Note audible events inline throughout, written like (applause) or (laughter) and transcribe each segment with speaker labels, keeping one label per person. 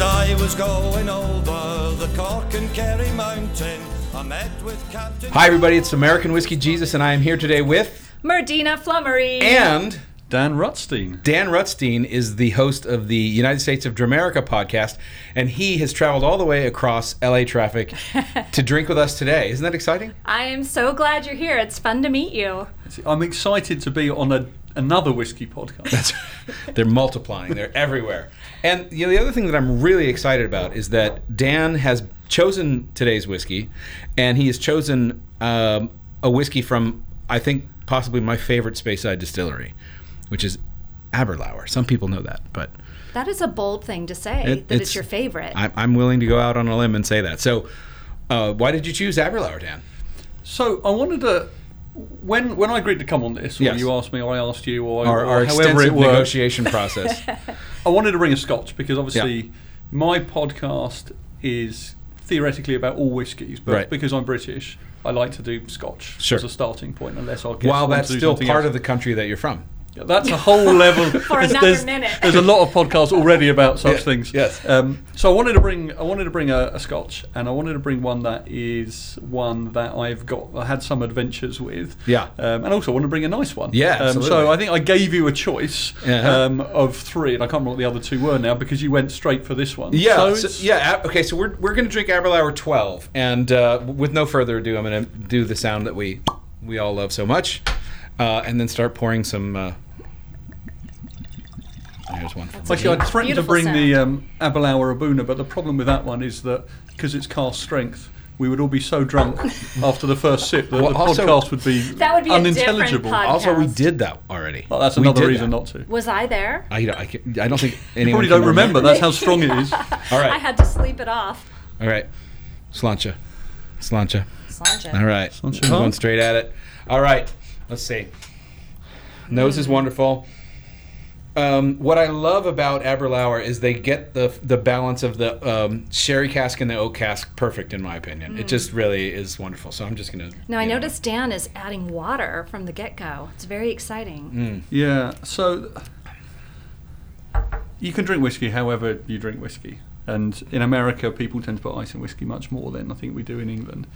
Speaker 1: I was going over the Cork and Kerry mountain. I met with Captain.
Speaker 2: Hi, everybody. It's American Whiskey Jesus, and I am here today with
Speaker 3: Merdina Flummery.
Speaker 2: and
Speaker 4: Dan Rutstein.
Speaker 2: Dan Rutstein is the host of the United States of Dramerica podcast, and he has traveled all the way across LA traffic to drink with us today. Isn't that exciting?
Speaker 3: I am so glad you're here. It's fun to meet you.
Speaker 4: I'm excited to be on a, another
Speaker 2: (laughs)
Speaker 4: whiskey podcast.
Speaker 2: That's- they're multiplying. They're everywhere. And you know, the other thing that I'm really excited about is that Dan has chosen today's whiskey, and he has chosen um, a whiskey from I think possibly my favorite Speyside distillery, which is Aberlour. Some people know that, but
Speaker 3: That is a bold thing to say
Speaker 2: It-
Speaker 3: that it's,
Speaker 2: it's-
Speaker 3: your favorite.
Speaker 2: I'm, I'm willing to go out on a limb and say that. So, uh, why did you choose Aberlour, Dan?
Speaker 4: so I wanted to. When, when I agreed to come on this, or
Speaker 2: Yes.
Speaker 4: you asked me, or I asked you, or,
Speaker 2: Our,
Speaker 4: or
Speaker 2: our
Speaker 4: however
Speaker 2: extensive
Speaker 4: it works, (laughs)
Speaker 2: negotiation process.
Speaker 4: I wanted to ring a Scotch because obviously
Speaker 2: Yeah.
Speaker 4: my podcast is theoretically about all whiskies, but
Speaker 2: Right.
Speaker 4: because I'm British, I like to do Scotch
Speaker 2: Sure.
Speaker 4: as a starting point, unless I'll get
Speaker 2: While that's still part of the country that you're from.
Speaker 4: Yeah, That's a whole level.
Speaker 3: (laughs) For another
Speaker 4: there's,
Speaker 3: minute.
Speaker 4: There's a lot of podcasts already about such
Speaker 2: Yeah,
Speaker 4: things.
Speaker 2: yes.
Speaker 4: Um, so I wanted to bring I wanted to bring a, a Scotch, and I wanted to bring one that is one that I've got I had some adventures with.
Speaker 2: Yeah.
Speaker 4: Um, and also I want to bring a nice one.
Speaker 2: Yeah,
Speaker 4: Um,
Speaker 2: absolutely. Uh-huh.
Speaker 4: so I think I gave you a choice
Speaker 2: Yeah.
Speaker 4: um, of three, and I can't remember what the other two were now because you went straight for this one.
Speaker 2: Yeah.
Speaker 4: So
Speaker 2: so-
Speaker 4: it's-
Speaker 2: yeah. a- Okay. So we're, we're going to drink Aberlour 12, and uh, with no further ado, I'm going to do the sound that we we all love so much, uh, and then start pouring some. Uh, there's one. for me.
Speaker 4: Actually, I threatened to
Speaker 3: Beautiful
Speaker 4: bring the
Speaker 3: sound.
Speaker 4: um, Abalawa Abuna, but the problem with that one is that because it's cast strength, we would all be
Speaker 3: (laughs)
Speaker 4: so drunk after the first sip that
Speaker 2: Well,
Speaker 4: the
Speaker 2: also-
Speaker 4: podcast would be,
Speaker 3: That would be a
Speaker 4: unintelligible.
Speaker 3: different pod-
Speaker 2: Also, we
Speaker 3: podcast.
Speaker 2: did that already.
Speaker 4: well, that's
Speaker 2: We
Speaker 4: another
Speaker 2: did
Speaker 4: reason
Speaker 2: that.
Speaker 4: not to.
Speaker 3: was I there?
Speaker 2: I, I, can't- I don't
Speaker 4: (laughs)
Speaker 2: think anyone.
Speaker 4: Probably
Speaker 2: can
Speaker 4: don't remember. That's how strong it
Speaker 2: (laughs)
Speaker 4: is.
Speaker 2: All right.
Speaker 3: I had to sleep it off.
Speaker 2: All right. Slancha. Slancha.
Speaker 3: Slanted.
Speaker 2: All right.
Speaker 4: Slancha.
Speaker 2: I'm Going straight at it. All right. Let's see. Nose is wonderful. Um, what I love about Aberlour is they get the the balance of the um, sherry cask and the oak cask perfect, in my opinion. It just really is wonderful. So I'm just gonna.
Speaker 3: Now Mm. I
Speaker 2: you know.
Speaker 3: noticed Dan is adding water from the get-go. It's very exciting.
Speaker 2: Mm.
Speaker 4: Yeah. So you can drink whiskey however you drink whiskey, and in America, people tend to put ice in whiskey much more than I think we do in England.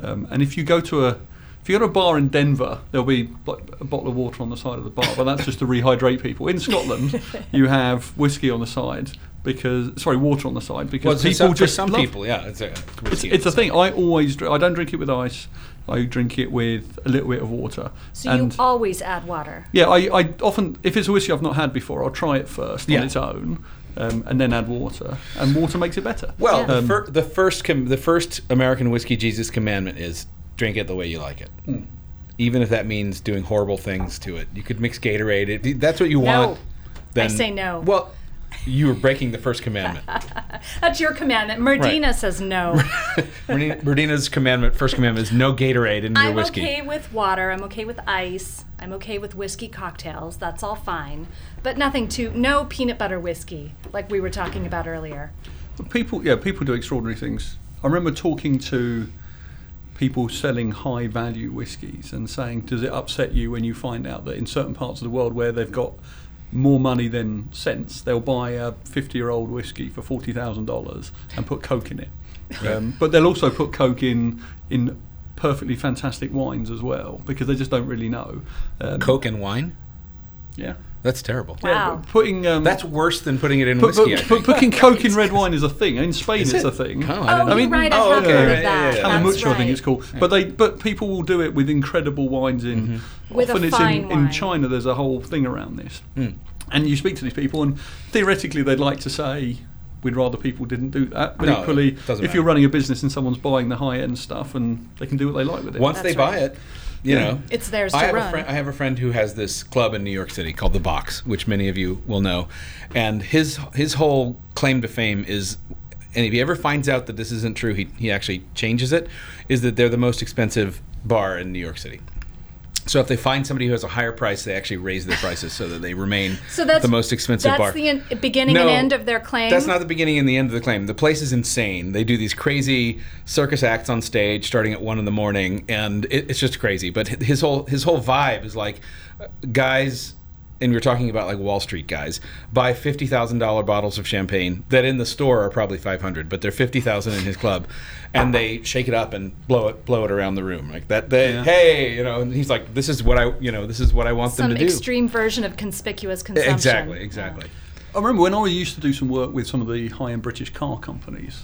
Speaker 4: Um, and if you go to a if you go to a bar in Denver, there'll be like a bottle of water on the side of the bar, but that's just to rehydrate people. In Scotland, you have whiskey on the side because sorry, water on the side because
Speaker 2: Well, people
Speaker 4: people
Speaker 2: some,
Speaker 4: just
Speaker 2: just some
Speaker 4: love-
Speaker 2: people, yeah. It's a,
Speaker 4: It's, it's a thing. I always drink. I don't drink it with ice. I drink it with a little bit of water.
Speaker 3: So
Speaker 4: and
Speaker 3: you always add water.
Speaker 4: yeah, I, I often, if it's a whiskey I've not had before, I'll try it first
Speaker 2: Yeah.
Speaker 4: on its own um, and then add water. And water makes it better.
Speaker 2: Well,
Speaker 3: Yeah.
Speaker 2: the,
Speaker 4: Um,
Speaker 2: fir- the first com- the first American whiskey Jesus commandment is drink it the way you like it.
Speaker 4: Hmm.
Speaker 2: Even if that means doing horrible things to it, you could mix Gatorade. If you- that's what you want. Then
Speaker 3: say no.
Speaker 2: Well, you were breaking the first
Speaker 3: (laughs)
Speaker 2: commandment.
Speaker 3: That's your commandment. Merdina
Speaker 2: (laughs)
Speaker 3: says no.
Speaker 2: Bernina- Bernina's commandment, first commandment, is no Gatorade in your
Speaker 3: I'm
Speaker 2: whiskey.
Speaker 3: okay with water. I'm okay with ice. I'm okay with whiskey cocktails. That's all fine. But nothing too, no peanut butter whiskey like we were talking about earlier.
Speaker 4: But people, yeah, people do extraordinary things. I remember talking to people selling high value whiskies and saying, does it upset you when you find out that in certain parts of the world where they've got more money than sense, they'll buy a 50 year old whiskey for $40,000 and put Coke in it. Um, but they'll also put Coke in, in perfectly fantastic wines as well because they just don't really know. Um,
Speaker 2: Coke and wine?
Speaker 4: Yeah.
Speaker 2: That's terrible.
Speaker 4: Yeah,
Speaker 3: Wow.
Speaker 4: but putting um,
Speaker 2: That's worse than putting it in
Speaker 4: but,
Speaker 2: whiskey. I
Speaker 4: but,
Speaker 2: think. (laughs)
Speaker 4: but putting Coke in red wine is a thing. In Spain,
Speaker 2: Is
Speaker 4: it's
Speaker 2: it?
Speaker 4: a thing.
Speaker 2: Oh, I
Speaker 3: Oh,
Speaker 2: didn't-
Speaker 3: you're
Speaker 4: I mean-
Speaker 3: right. I
Speaker 2: oh,
Speaker 3: have
Speaker 2: okay,
Speaker 3: heard
Speaker 2: right,
Speaker 3: of
Speaker 2: yeah, yeah,
Speaker 3: that.
Speaker 2: yeah.
Speaker 3: That's
Speaker 4: Calamucho, I think
Speaker 3: right.
Speaker 4: it's called. But they, but people will do it with incredible wines in.
Speaker 2: Mm-hmm.
Speaker 3: With a
Speaker 4: often it's
Speaker 3: fine
Speaker 4: in, in
Speaker 3: wine.
Speaker 4: China. There's a whole thing around this,
Speaker 2: Mm.
Speaker 4: and you speak to these people, and theoretically they'd like to say. We'd rather people didn't do that, but
Speaker 2: No,
Speaker 4: equally,
Speaker 2: it
Speaker 4: if
Speaker 2: doesn't
Speaker 4: you're
Speaker 2: matter.
Speaker 4: running a business and someone's buying the high-end stuff, and they can do what they like with it.
Speaker 2: Once
Speaker 3: That's
Speaker 2: they buy
Speaker 3: right.
Speaker 2: it, you know,
Speaker 3: It's theirs
Speaker 2: I
Speaker 3: to
Speaker 2: have A
Speaker 3: run.
Speaker 2: friend, I have a friend who has this club in New York City called the Box, which many of you will know, and his his whole claim to fame is, and if he ever finds out that this isn't true, he he actually changes it, is that they're the most expensive bar in New York City. So if they find somebody who has a higher price, they actually raise their prices so that they remain
Speaker 3: So that's
Speaker 2: the most expensive
Speaker 3: that's
Speaker 2: bar.
Speaker 3: the in, beginning and
Speaker 2: No,
Speaker 3: end of their claim.
Speaker 2: That's not the beginning and the end of the claim. The place is insane. They do these crazy circus acts on stage, starting at one in the morning, and it, it's just crazy. But hi- his whole his whole vibe is like, uh, guys, and we are talking about like Wall Street guys, buy fifty thousand dollar bottles of champagne that in the store are probably five hundred, but they're fifty thousand in his club, and they shake it up and blow it blow it around the room like that. They
Speaker 4: Yeah.
Speaker 2: hey, you know, and he's like, this is what I you know this is what I want
Speaker 3: Some
Speaker 2: them to do. E,
Speaker 3: extreme version of conspicuous consumption.
Speaker 2: exactly, exactly.
Speaker 4: I remember when I used to do some work with some of the high-end British car companies,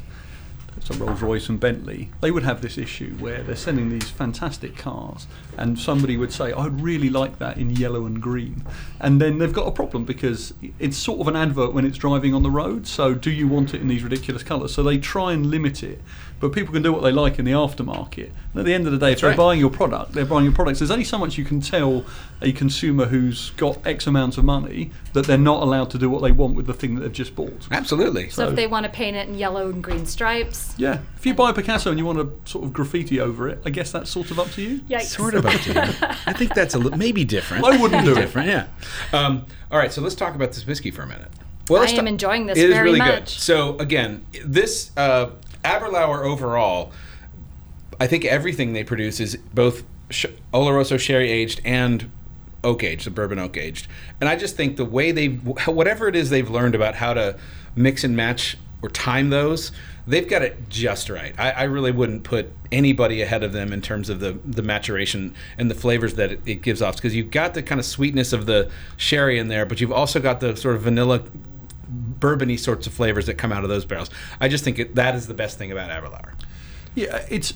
Speaker 4: so Rolls Royce and Bentley. They would have this issue where they're sending these fantastic cars, and somebody would say, "I'd really like that in yellow and green," and then they've got a problem because it's sort of an advert when it's driving on the road. So, do you want it in these ridiculous colours? So they try and limit it, but people can do what they like in the aftermarket. And at the end of the day, if they're
Speaker 2: right.
Speaker 4: buying your product, they're buying your products. There's only so much you can tell a consumer who's got X amount of money that they're not allowed to do what they want with the thing that they've just bought.
Speaker 2: Absolutely.
Speaker 3: So,
Speaker 4: So-
Speaker 3: if they want to paint it in yellow and green stripes,
Speaker 4: Yeah, if you buy a Picasso and you want to sort of graffiti over it, I guess that's sort of up to you.
Speaker 3: yikes.
Speaker 2: Sort of up to you. I think that's a li- maybe different.
Speaker 4: I wouldn't
Speaker 2: Maybe
Speaker 4: do it.
Speaker 2: different, yeah. Um, all right, so let's talk about this whiskey for a minute. Well,
Speaker 3: I
Speaker 2: let's
Speaker 3: am
Speaker 2: ta-
Speaker 3: enjoying this
Speaker 2: It is
Speaker 3: very
Speaker 2: really good.
Speaker 3: much.
Speaker 2: So again, this uh, Aberlour overall, I think everything they produce is both sh- Oloroso sherry aged and oak aged, the bourbon oak aged. And I just think the way they, whatever it is they've learned about how to mix and match or time those, they've got it just right. I, I really wouldn't put anybody ahead of them in terms of the, the maturation and the flavors that it, it gives off because you've got the kind of sweetness of the sherry in there, but you've also got the sort of vanilla bourbony sorts of flavors that come out of those barrels. I just think it, that is the best thing about Aberlour.
Speaker 4: Yeah, it's.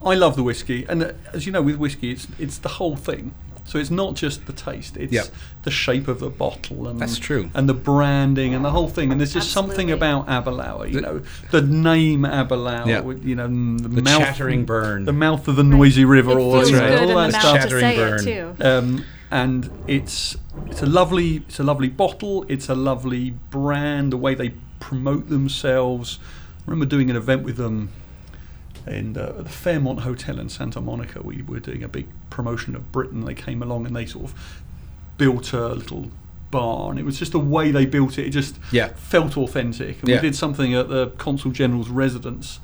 Speaker 4: I love the whiskey, and uh, as you know, with whiskey, it's it's the whole thing. So it's not just the taste; it's
Speaker 2: Yep.
Speaker 4: the shape of the bottle, and
Speaker 2: That's true.
Speaker 4: and the branding, and the whole thing. And there's just something
Speaker 3: Absolutely.
Speaker 4: about Aberlour, you know, the name Aberlour,
Speaker 2: Yeah.
Speaker 4: with, you know, mm, the,
Speaker 2: The
Speaker 4: mouth,
Speaker 2: chattering burn.
Speaker 4: the mouth of the noisy river,
Speaker 3: It
Speaker 4: all,
Speaker 3: feels
Speaker 4: you know,
Speaker 2: right.
Speaker 3: good in
Speaker 4: all
Speaker 3: the
Speaker 4: that
Speaker 3: mouth
Speaker 4: stuff.
Speaker 3: to
Speaker 2: Shattering
Speaker 3: say
Speaker 2: burn.
Speaker 3: it
Speaker 2: (laughs)
Speaker 3: too.
Speaker 4: Um, and it's it's a lovely it's a lovely bottle. It's a lovely brand. The way they promote themselves. I remember doing an event with them in the, the Fairmont Hotel in Santa Monica. We were doing a big promotion of Britain. They came along and they sort of built a little bar, and it was just the way they built it. It just
Speaker 2: Yeah.
Speaker 4: felt authentic. And
Speaker 2: Yeah.
Speaker 4: we did something at the Consul General's residence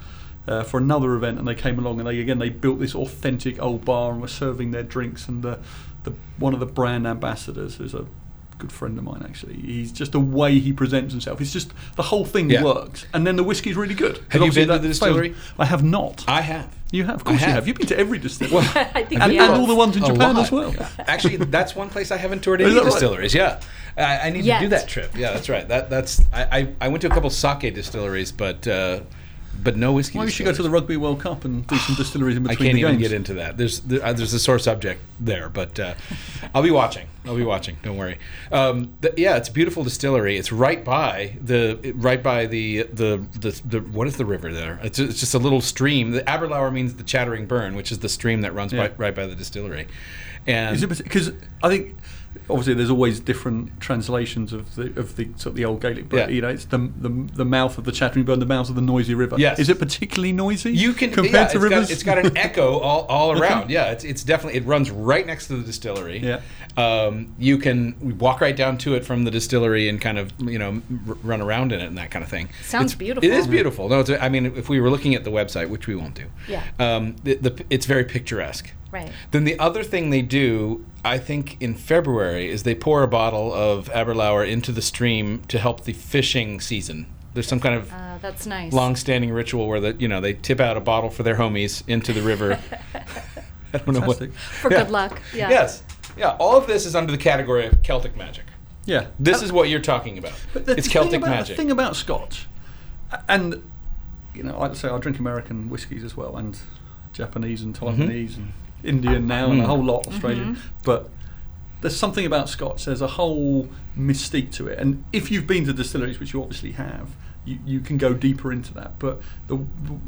Speaker 4: uh, for another event, and they came along and they again they built this authentic old bar and were serving their drinks. And the, the one of the brand ambassadors who's a good friend of mine actually. He's just the way he presents himself. It's just the whole thing
Speaker 2: Yeah.
Speaker 4: works, and then the whiskey's really good. 'Cause
Speaker 2: Have you
Speaker 4: obviously
Speaker 2: been to
Speaker 4: that
Speaker 2: the
Speaker 4: fails.
Speaker 2: distillery?
Speaker 4: I have not.
Speaker 2: I have.
Speaker 4: you have, of course,
Speaker 2: I
Speaker 4: you
Speaker 2: have.
Speaker 4: have. You've been to every distillery.
Speaker 3: I (laughs) think
Speaker 4: and,
Speaker 3: he
Speaker 4: and
Speaker 3: has.
Speaker 4: all the ones in
Speaker 2: A
Speaker 4: Japan
Speaker 2: lot.
Speaker 4: as well.
Speaker 2: (laughs) Actually, that's one place I haven't toured
Speaker 4: Is
Speaker 2: any
Speaker 4: that right?
Speaker 2: distilleries. Yeah, I, I need to do
Speaker 3: Yet.
Speaker 2: that trip. Yeah, that's right. That that's I, I, I went to a couple sake distilleries, but uh, but no whiskey.
Speaker 4: Why don't you go to the
Speaker 2: distilleries.
Speaker 4: Rugby World Cup and do
Speaker 2: (sighs)
Speaker 4: some distilleries in
Speaker 2: I
Speaker 4: between
Speaker 2: can't
Speaker 4: the
Speaker 2: even
Speaker 4: games?
Speaker 2: get into that. There's there, uh, there's a sore subject there, but uh, I'll be watching. I'll be watching. Don't worry. Um, th- yeah, it's a beautiful distillery. It's right by the right by the the the, the what is the river there? It's, it's just a little stream. The Aberlour means the Chattering Burn, which is the stream that runs
Speaker 4: Yeah.
Speaker 2: by, right by the distillery. And
Speaker 4: Is it because I think obviously there's always different translations of the of the sort of the old Gaelic, but
Speaker 2: Yeah.
Speaker 4: you know it's the, the the mouth of the chattering bird, the mouth of the noisy river.
Speaker 2: Yes.
Speaker 4: Is it particularly noisy?
Speaker 2: You can
Speaker 4: compared
Speaker 2: yeah,
Speaker 4: to
Speaker 2: it's got-
Speaker 4: rivers.
Speaker 2: it's got an echo all,
Speaker 4: (laughs)
Speaker 2: all around. Yeah, it's, it's definitely it runs right next to the distillery.
Speaker 4: Yeah.
Speaker 2: um, you can walk right down to it from the distillery and kind of you know r- run around in it and that kind of thing.
Speaker 3: Sounds
Speaker 2: It's-
Speaker 3: beautiful.
Speaker 2: It is beautiful. No, it's, I mean if we were looking at the website, which we won't do.
Speaker 3: Yeah.
Speaker 2: um, the, the, it's very picturesque.
Speaker 3: Right.
Speaker 2: Then the other thing they do, I think, in February is they pour a bottle of Aberlour into the stream to help the fishing season. There's some kind of
Speaker 3: Uh, that's nice.
Speaker 2: long-standing ritual where the you know they tip out a bottle for their homies into the
Speaker 3: (laughs)
Speaker 2: river. I don't know what.
Speaker 4: Fantastic.
Speaker 3: For
Speaker 2: Yeah.
Speaker 3: good luck. Yeah.
Speaker 2: Yes, yeah. All of this is under the category of Celtic magic.
Speaker 4: (laughs) yeah.
Speaker 2: This
Speaker 3: Oh.
Speaker 2: is what you're talking about.
Speaker 4: But the
Speaker 2: it's
Speaker 4: thing
Speaker 2: Celtic
Speaker 4: about-
Speaker 2: magic.
Speaker 4: The thing about Scotch, a- and you know, I'd say I drink American whiskies as well, and Japanese and
Speaker 2: Mm-hmm.
Speaker 4: Taiwanese and Indian now,
Speaker 2: Mm.
Speaker 4: and a whole lot Australian. But there's something about Scotch. There's a whole mystique to it, and if you've been to distilleries, which you obviously have. You, you can go deeper into that, but the,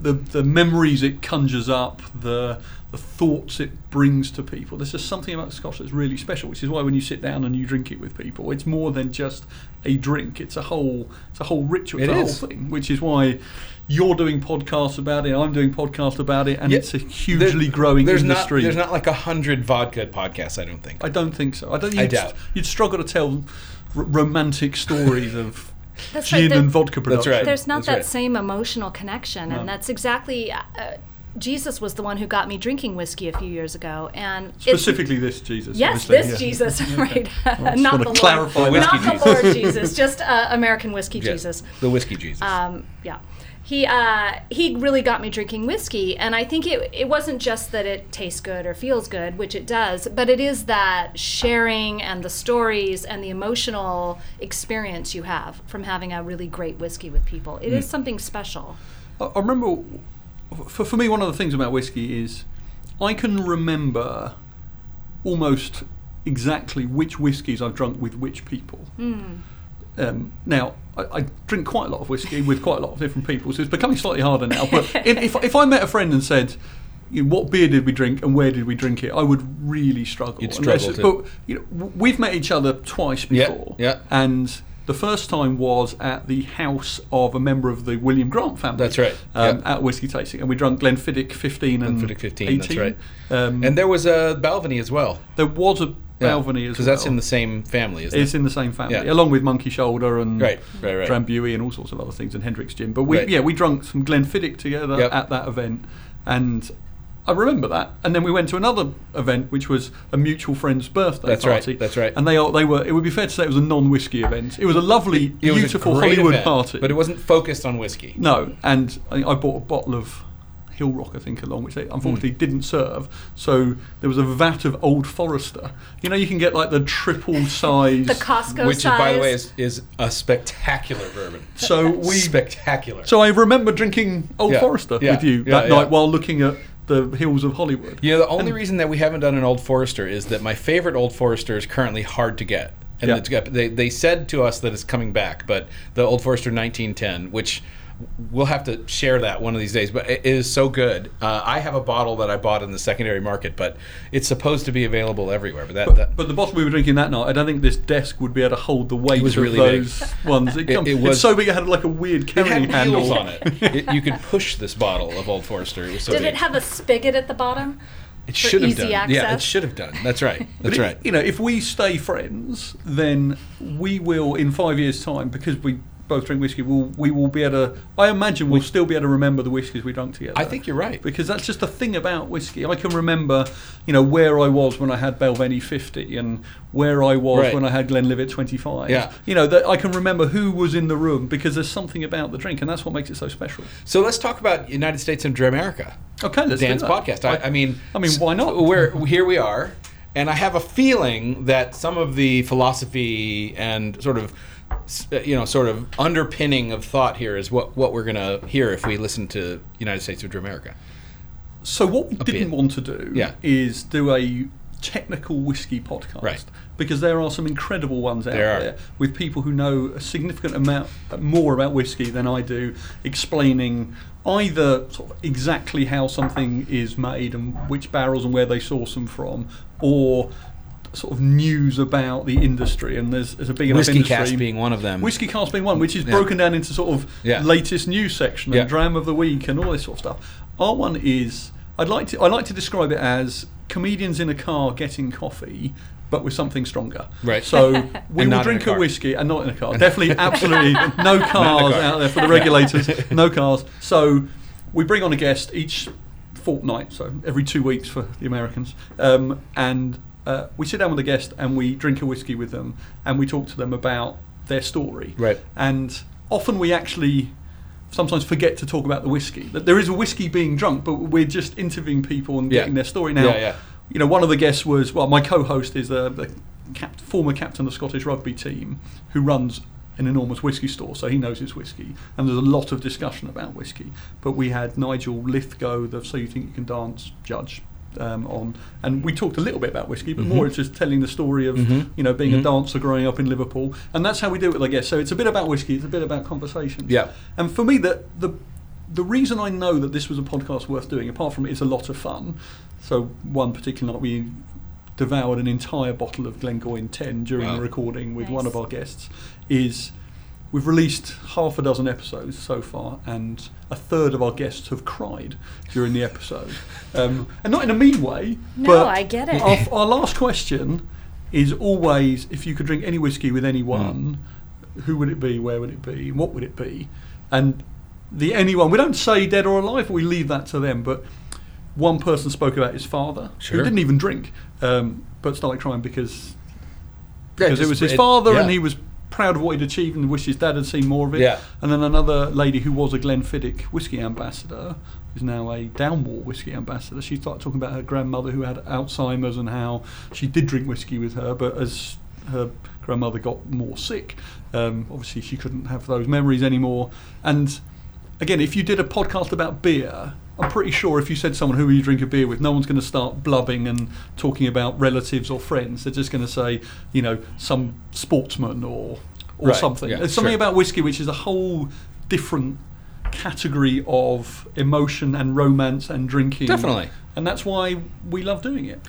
Speaker 4: the the memories it conjures up, the the thoughts it brings to people. There's just something about Scotch that's really special, which is why when you sit down and you drink it with people, it's more than just a drink. It's a whole it's a whole ritual. It's
Speaker 2: It
Speaker 4: a
Speaker 2: is.
Speaker 4: whole thing, which is why you're doing podcasts about it. I'm doing podcasts about it, and
Speaker 2: Yeah,
Speaker 4: it's a
Speaker 2: there-
Speaker 4: hugely growing
Speaker 2: there's
Speaker 4: industry.
Speaker 2: Not, there's not like a hundred vodka podcasts. I don't think.
Speaker 3: Oh,
Speaker 4: I don't think so. I don't. You'd,
Speaker 2: I doubt.
Speaker 4: You'd struggle to tell r- romantic stories of
Speaker 3: That's right,
Speaker 4: gin
Speaker 3: there-
Speaker 4: and vodka
Speaker 2: That's
Speaker 4: production.
Speaker 2: right.
Speaker 3: There's not
Speaker 2: That's
Speaker 3: that
Speaker 2: right.
Speaker 3: same emotional connection, and that's exactly. Uh, Jesus was the one who got me drinking whiskey a few years ago, and it's-
Speaker 4: Specifically, this Jesus.
Speaker 3: Yes,
Speaker 4: obviously,
Speaker 3: this
Speaker 2: (laughs)
Speaker 4: yeah.
Speaker 3: Jesus, right?
Speaker 4: just
Speaker 3: not
Speaker 4: wanna
Speaker 3: the
Speaker 4: clarify
Speaker 3: Lord,
Speaker 2: whiskey
Speaker 3: not the
Speaker 2: Jesus.
Speaker 3: Lord
Speaker 2: (laughs)
Speaker 3: Jesus, just uh, American whiskey
Speaker 2: Yeah,
Speaker 3: Jesus.
Speaker 2: the whiskey Jesus.
Speaker 3: Um, yeah, he uh, he really got me drinking whiskey, and I think it it wasn't just that it tastes good or feels good, which it does, but it is that sharing and the stories and the emotional experience you have from having a really great whiskey with people. It is
Speaker 2: Mm.
Speaker 3: something special.
Speaker 4: I I remember, for, for me, one of the things about whiskey is I can remember almost exactly which whiskies I've drunk with which people. Um, now, I, I drink quite a lot of whiskey with quite a lot of different people, so it's becoming slightly harder now. But in, if, if I met a friend and said, you know, what beer did we drink and where did we drink it? I would really struggle.
Speaker 2: You'd
Speaker 4: Unless-
Speaker 2: struggle to-
Speaker 4: But you know, w- we've met each other twice
Speaker 2: Yeah,
Speaker 4: before,
Speaker 2: yeah.
Speaker 4: and the first time was at the house of a member of the William Grant family.
Speaker 2: That's right,
Speaker 4: Um,
Speaker 2: yeah.
Speaker 4: At whiskey tasting, and we drank Glenfiddich 15 and
Speaker 2: Glenfiddich 15,
Speaker 4: 18.
Speaker 2: that's right.
Speaker 4: Um,
Speaker 2: and there was a Balvenie as well.
Speaker 4: there was a Balvenie as well.
Speaker 2: Because that's in the same family, isn't
Speaker 4: It's
Speaker 2: it?
Speaker 4: in the same family,
Speaker 2: Yeah.
Speaker 4: along with Monkey Shoulder and
Speaker 2: Right, right, right.
Speaker 4: Drambuie and all sorts of other things, and Hendrix Gin. But we,
Speaker 2: Right.
Speaker 4: yeah, we drunk some Glenfiddich together
Speaker 2: Yep.
Speaker 4: at that event, and I remember that. And then we went to another event, which was a mutual friend's birthday
Speaker 2: That's right,
Speaker 4: party.
Speaker 2: that's right.
Speaker 4: And they are, they were. It would be fair to say it was a non-whiskey event. It was a lovely,
Speaker 2: It was a
Speaker 4: beautiful
Speaker 2: great
Speaker 4: Hollywood
Speaker 2: event,
Speaker 4: party,
Speaker 2: But it wasn't focused on whiskey.
Speaker 4: no, and I, I bought a bottle of Hill Rock, I think, along, which they unfortunately
Speaker 2: Hmm.
Speaker 4: didn't serve. So there was a vat of Old Forester. You know, you can get like the
Speaker 2: (laughs)
Speaker 4: triple size.
Speaker 3: The Costco
Speaker 2: Which, is,
Speaker 3: size.
Speaker 2: by the way, is, is a spectacular bourbon.
Speaker 4: so we.
Speaker 2: spectacular.
Speaker 4: So I remember drinking Old
Speaker 2: Yeah,
Speaker 4: Forester
Speaker 2: yeah,
Speaker 4: with you
Speaker 2: yeah,
Speaker 4: that
Speaker 2: yeah.
Speaker 4: night while looking at the hills of Hollywood.
Speaker 2: You know, the only reason that we haven't done an Old Forester is that my favorite Old Forester is currently hard to get. And
Speaker 4: Yeah.
Speaker 2: it's got, they, they said to us that it's coming back, but the Old Forester 1910, which we'll have to share that one of these days, but it is so good. Uh, I have a bottle that I bought in the secondary market, but it's supposed to be available everywhere. But that, that
Speaker 4: But the bottle we were drinking that night, I don't think this desk would be able to hold the weight
Speaker 2: was
Speaker 4: of
Speaker 2: really big.
Speaker 4: those ones. It,
Speaker 2: It-
Speaker 4: come-
Speaker 2: it
Speaker 4: it's
Speaker 2: was-
Speaker 4: so big it had like a weird
Speaker 2: it
Speaker 4: carrying
Speaker 2: had wheels on
Speaker 4: handle
Speaker 2: it.
Speaker 4: (laughs)
Speaker 2: It- You could push this bottle of Old Forester. It was so
Speaker 3: Did
Speaker 2: big.
Speaker 3: it have a spigot at the bottom?
Speaker 2: It
Speaker 3: for
Speaker 2: should have
Speaker 3: easy
Speaker 2: done. Yeah, it
Speaker 3: access?
Speaker 2: should have done. That's right. That's
Speaker 4: But it-
Speaker 2: right.
Speaker 4: You know, if we stay friends, then we will in five years' time because we both drink whiskey. We'll, we will be able to. I imagine we'll still be able to remember the whiskies we drank together.
Speaker 2: I think you're right.
Speaker 4: because that's just the thing about whiskey. I can remember, you know, where I was when I had Belvenie 50 and where I was
Speaker 2: Right.
Speaker 4: when I had Glenlivet 25.
Speaker 2: Yeah.
Speaker 4: You know, that I can remember who was in the room because there's something about the drink, and that's what makes it so special.
Speaker 2: So let's talk about United States and America.
Speaker 4: Okay, let's do
Speaker 2: Dan's
Speaker 4: that.
Speaker 2: podcast. I, I mean,
Speaker 4: I mean, why not?
Speaker 2: We're here. We are, and I have a feeling that some of the philosophy and sort of, s- uh, you know, sort of underpinning of thought here is what what we're gonna hear if we listen to United States of America.
Speaker 4: So what we didn't
Speaker 2: bit.
Speaker 4: want to do
Speaker 2: Yeah.
Speaker 4: is do a technical whiskey podcast.
Speaker 2: Right.
Speaker 4: Because there are some incredible ones out
Speaker 2: There
Speaker 4: there,
Speaker 2: are.
Speaker 4: with people who know a significant amount more about whiskey than I do, explaining either sort of exactly how something is made and which barrels and where they source them from, or sort of news about the industry. And there's, there's a big enough
Speaker 2: Whiskey
Speaker 4: industry.
Speaker 2: Cast being one of them.
Speaker 4: Whiskey Cast being one, which is broken down into sort of
Speaker 2: Yeah.
Speaker 4: latest news section
Speaker 2: Yeah.
Speaker 4: and dram of the week and all this sort of stuff. Our one is I'd like to I like to describe it as comedians in a car getting coffee, but with something stronger.
Speaker 2: Right. (laughs)
Speaker 4: So we
Speaker 2: And not in
Speaker 4: will
Speaker 2: a
Speaker 4: drink a,
Speaker 2: car.
Speaker 4: whiskey and not in a
Speaker 2: (laughs)
Speaker 4: car. Definitely, absolutely no cars
Speaker 2: car.
Speaker 4: out there for the
Speaker 2: (laughs)
Speaker 4: regulators. no cars. So we bring on a guest each fortnight, so every two weeks for the Americans, um, and. Uh, we sit down with a guest and we drink a whiskey with them and we talk to them about their story
Speaker 2: Right.
Speaker 4: and often we actually sometimes forget to talk about the whiskey. That there is a whiskey being drunk, but we're just interviewing people and
Speaker 2: Yeah.
Speaker 4: getting their story. Now,
Speaker 2: Yeah, yeah.
Speaker 4: you know, one of the guests was well, my co-host is the, the cap- former captain of the Scottish rugby team who runs an enormous whiskey store, so he knows his whiskey. And there's a lot of discussion about whiskey. But we had Nigel Lithgow, the So You Think You Can Dance judge. Um, on and we talked a little bit about whiskey, but more it's just telling the story of you know being a dancer growing up in Liverpool, and that's how we do it, I guess. So it's a bit about whiskey, it's a bit about conversations.
Speaker 2: Yeah.
Speaker 4: And for me, the the the reason I know that this was a podcast worth doing, apart from it's a lot of fun. So one particular night we devoured an entire bottle of Glengoyne Ten during
Speaker 2: Wow.
Speaker 4: the recording with one
Speaker 3: Nice.
Speaker 4: of our guests. Is we've released half a dozen episodes so far, and a third of our guests have cried during the episode, um, and not in a mean way.
Speaker 3: No,
Speaker 4: but
Speaker 3: I get it.
Speaker 4: Our, our last question is always if you could drink any whiskey with anyone,
Speaker 2: Hmm.
Speaker 4: who would it be, where would it be, what would it be? And the anyone, we don't say dead or alive, we leave that to them, but One person spoke about his father,
Speaker 2: Sure.
Speaker 4: who didn't even drink, um, but started crying because
Speaker 2: Yeah,
Speaker 4: because it
Speaker 2: just-
Speaker 4: was his
Speaker 2: it-
Speaker 4: father
Speaker 2: yeah.
Speaker 4: and he was proud of what he'd achieved and wished his dad had seen more of it.
Speaker 2: Yeah.
Speaker 4: And then another lady who was a Glenfiddich whiskey ambassador is now a Downwall whiskey ambassador. She started talking about her grandmother who had Alzheimer's and how she did drink whiskey with her, but as her grandmother got more sick, um, obviously she couldn't have those memories anymore. And again, if you did a podcast about beer, I'm pretty sure if you said to someone who you drink a beer with, no one's going to start blubbing and talking about relatives or friends. They're just going to say, you know, some sportsman or or
Speaker 2: Right,
Speaker 4: something.
Speaker 2: yeah,
Speaker 4: There's something
Speaker 2: sure.
Speaker 4: about whiskey which is a whole different category of emotion and romance and drinking.
Speaker 2: Definitely.
Speaker 4: And that's why we love doing it.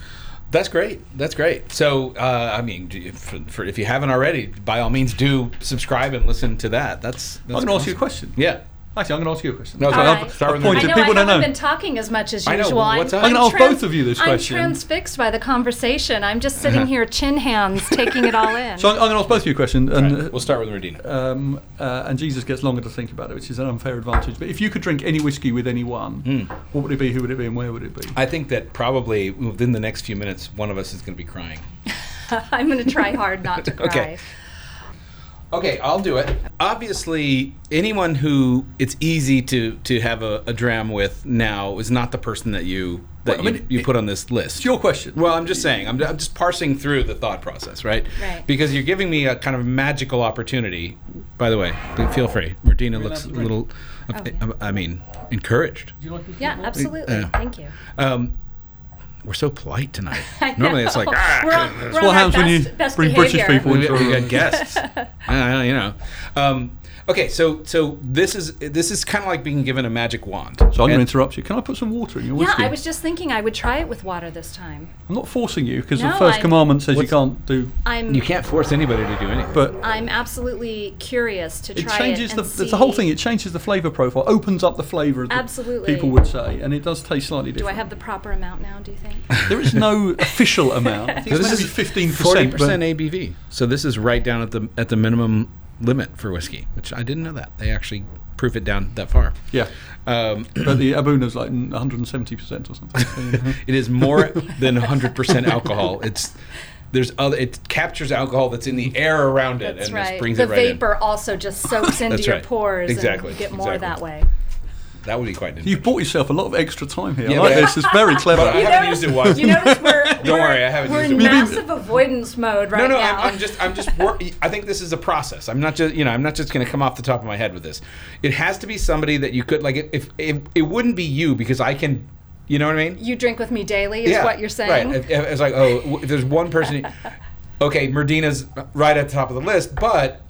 Speaker 2: That's great. That's great. So, uh, I mean, do you- for, for, if you haven't already, by all means, do subscribe and listen to that. That's. that's
Speaker 4: I'm going to ask you a
Speaker 2: awesome.
Speaker 4: question.
Speaker 2: Yeah.
Speaker 4: Actually, I'm going to ask you a question.
Speaker 2: No,
Speaker 3: All
Speaker 2: sorry,
Speaker 3: right.
Speaker 2: start with
Speaker 4: I
Speaker 3: I
Speaker 4: Did
Speaker 3: know
Speaker 2: me.
Speaker 3: I
Speaker 4: people
Speaker 3: haven't
Speaker 4: don't know?
Speaker 3: been talking as much as
Speaker 2: I know,
Speaker 3: usual.
Speaker 2: what's up?
Speaker 4: I'm gonna ask
Speaker 3: tran-
Speaker 4: Oh, both of you this
Speaker 3: I'm
Speaker 4: question.
Speaker 3: transfixed by the conversation. I'm just sitting
Speaker 4: (laughs)
Speaker 3: here, chin hands, taking it all in.
Speaker 4: So I'm, going to ask both of you a question. And
Speaker 2: All right, we'll start with Medina.
Speaker 4: um, uh, and Jesus gets longer to think about it, which is an unfair advantage. But if you could drink any whiskey with anyone,
Speaker 2: Hmm.
Speaker 4: what would it be? Who would it be? And where would it be?
Speaker 2: I think that probably within the next few minutes, one of us is going to be crying.
Speaker 3: I'm going to try hard not
Speaker 4: (laughs)
Speaker 3: to cry.
Speaker 2: Okay. Okay, I'll do it. Obviously, anyone who it's easy to to have a, a dram with now is not the person that you that
Speaker 4: Well, I
Speaker 2: you,
Speaker 4: mean,
Speaker 2: you put on this list.
Speaker 4: It's your question.
Speaker 2: Well, I'm just saying, I'm, I'm just parsing through the thought process, right?
Speaker 3: Right.
Speaker 2: Because you're giving me a kind of magical opportunity. By the way, feel free. Regina looks a
Speaker 4: have the
Speaker 2: little,
Speaker 3: Oh, yeah.
Speaker 2: I mean, encouraged.
Speaker 4: Do you like me to
Speaker 3: Yeah,
Speaker 4: do it?
Speaker 3: absolutely.
Speaker 2: Yeah.
Speaker 3: Thank you.
Speaker 2: Um, we're so polite tonight.
Speaker 3: (laughs) I
Speaker 2: Normally, it's like,
Speaker 3: know.
Speaker 2: ah,
Speaker 3: we're on, we're on
Speaker 4: what
Speaker 3: our
Speaker 4: happens when you
Speaker 3: best- best
Speaker 4: bring British
Speaker 3: behavior.
Speaker 4: people
Speaker 2: we, we got
Speaker 3: (laughs)
Speaker 2: guests. Uh, you know. Um, okay, so so this is this is kind of like being given a magic wand.
Speaker 4: So I'm going to
Speaker 2: And-
Speaker 4: interrupt you. Can I put some water in your
Speaker 3: Yeah,
Speaker 4: whiskey?
Speaker 3: I was just thinking I would try it with water this time.
Speaker 4: I'm not forcing you because the
Speaker 3: No,
Speaker 4: 1st
Speaker 3: I-
Speaker 4: commandment says you can't do.
Speaker 3: I'm
Speaker 2: you can't force anybody to do anything.
Speaker 4: But
Speaker 3: I'm absolutely curious to
Speaker 4: it
Speaker 3: try
Speaker 4: changes
Speaker 3: it.
Speaker 4: the.
Speaker 3: and
Speaker 4: It's the whole
Speaker 3: see,
Speaker 4: thing. It changes the flavour profile, opens up the flavour. as the
Speaker 3: Absolutely.
Speaker 4: People would say, and it does taste slightly
Speaker 3: Do I
Speaker 4: different.
Speaker 3: have the proper amount now? Do you
Speaker 4: (laughs)
Speaker 3: think?
Speaker 4: There
Speaker 3: (laughs)
Speaker 4: is no official amount. I think
Speaker 2: So
Speaker 4: it's
Speaker 2: this
Speaker 4: meant
Speaker 2: is
Speaker 4: to be 15%.
Speaker 2: forty
Speaker 4: but-
Speaker 2: percent ABV. So this is right down at the at the minimum limit for whiskey, which I didn't know that they actually proof it down that far.
Speaker 4: Yeah. (laughs)
Speaker 2: Um,
Speaker 4: But the Abuna's like 170% or
Speaker 2: (laughs)
Speaker 4: something.
Speaker 2: it is more than 100% alcohol. It's there's other it captures alcohol that's in the air around it
Speaker 3: That's
Speaker 2: and
Speaker 3: right.
Speaker 2: just brings
Speaker 3: the
Speaker 2: it right in.
Speaker 3: vapor also just
Speaker 4: (laughs)
Speaker 3: soaks into
Speaker 2: That's
Speaker 3: your
Speaker 2: right.
Speaker 3: pores.
Speaker 2: Exactly,
Speaker 3: And you get more
Speaker 2: exactly.
Speaker 3: that way.
Speaker 2: That would be quite interesting.
Speaker 4: You've bought yourself a lot of extra time here.
Speaker 2: Yeah,
Speaker 4: I like
Speaker 2: but I-
Speaker 4: this. It's very clever.
Speaker 2: (laughs) but I haven't used it once.
Speaker 3: You notice
Speaker 2: (laughs)
Speaker 3: we're, don't
Speaker 2: worry, I haven't
Speaker 3: we're
Speaker 2: used it
Speaker 3: in
Speaker 2: once.
Speaker 3: massive avoidance mode right
Speaker 2: no, no,
Speaker 3: now.
Speaker 2: I'm, I'm just, I'm just.
Speaker 3: (laughs)
Speaker 2: Wor- I think this is a process. I'm not just, you know, I'm not just going to come off the top of my head with this. It has to be somebody that you could like. If, if, if it wouldn't be you, because I can, you know what I mean?
Speaker 3: you drink with me daily is what you're saying.
Speaker 2: Right. If- if- It's like, oh, w- if there's one person,
Speaker 3: (laughs)
Speaker 2: okay, Merdina's right at the top of the list, but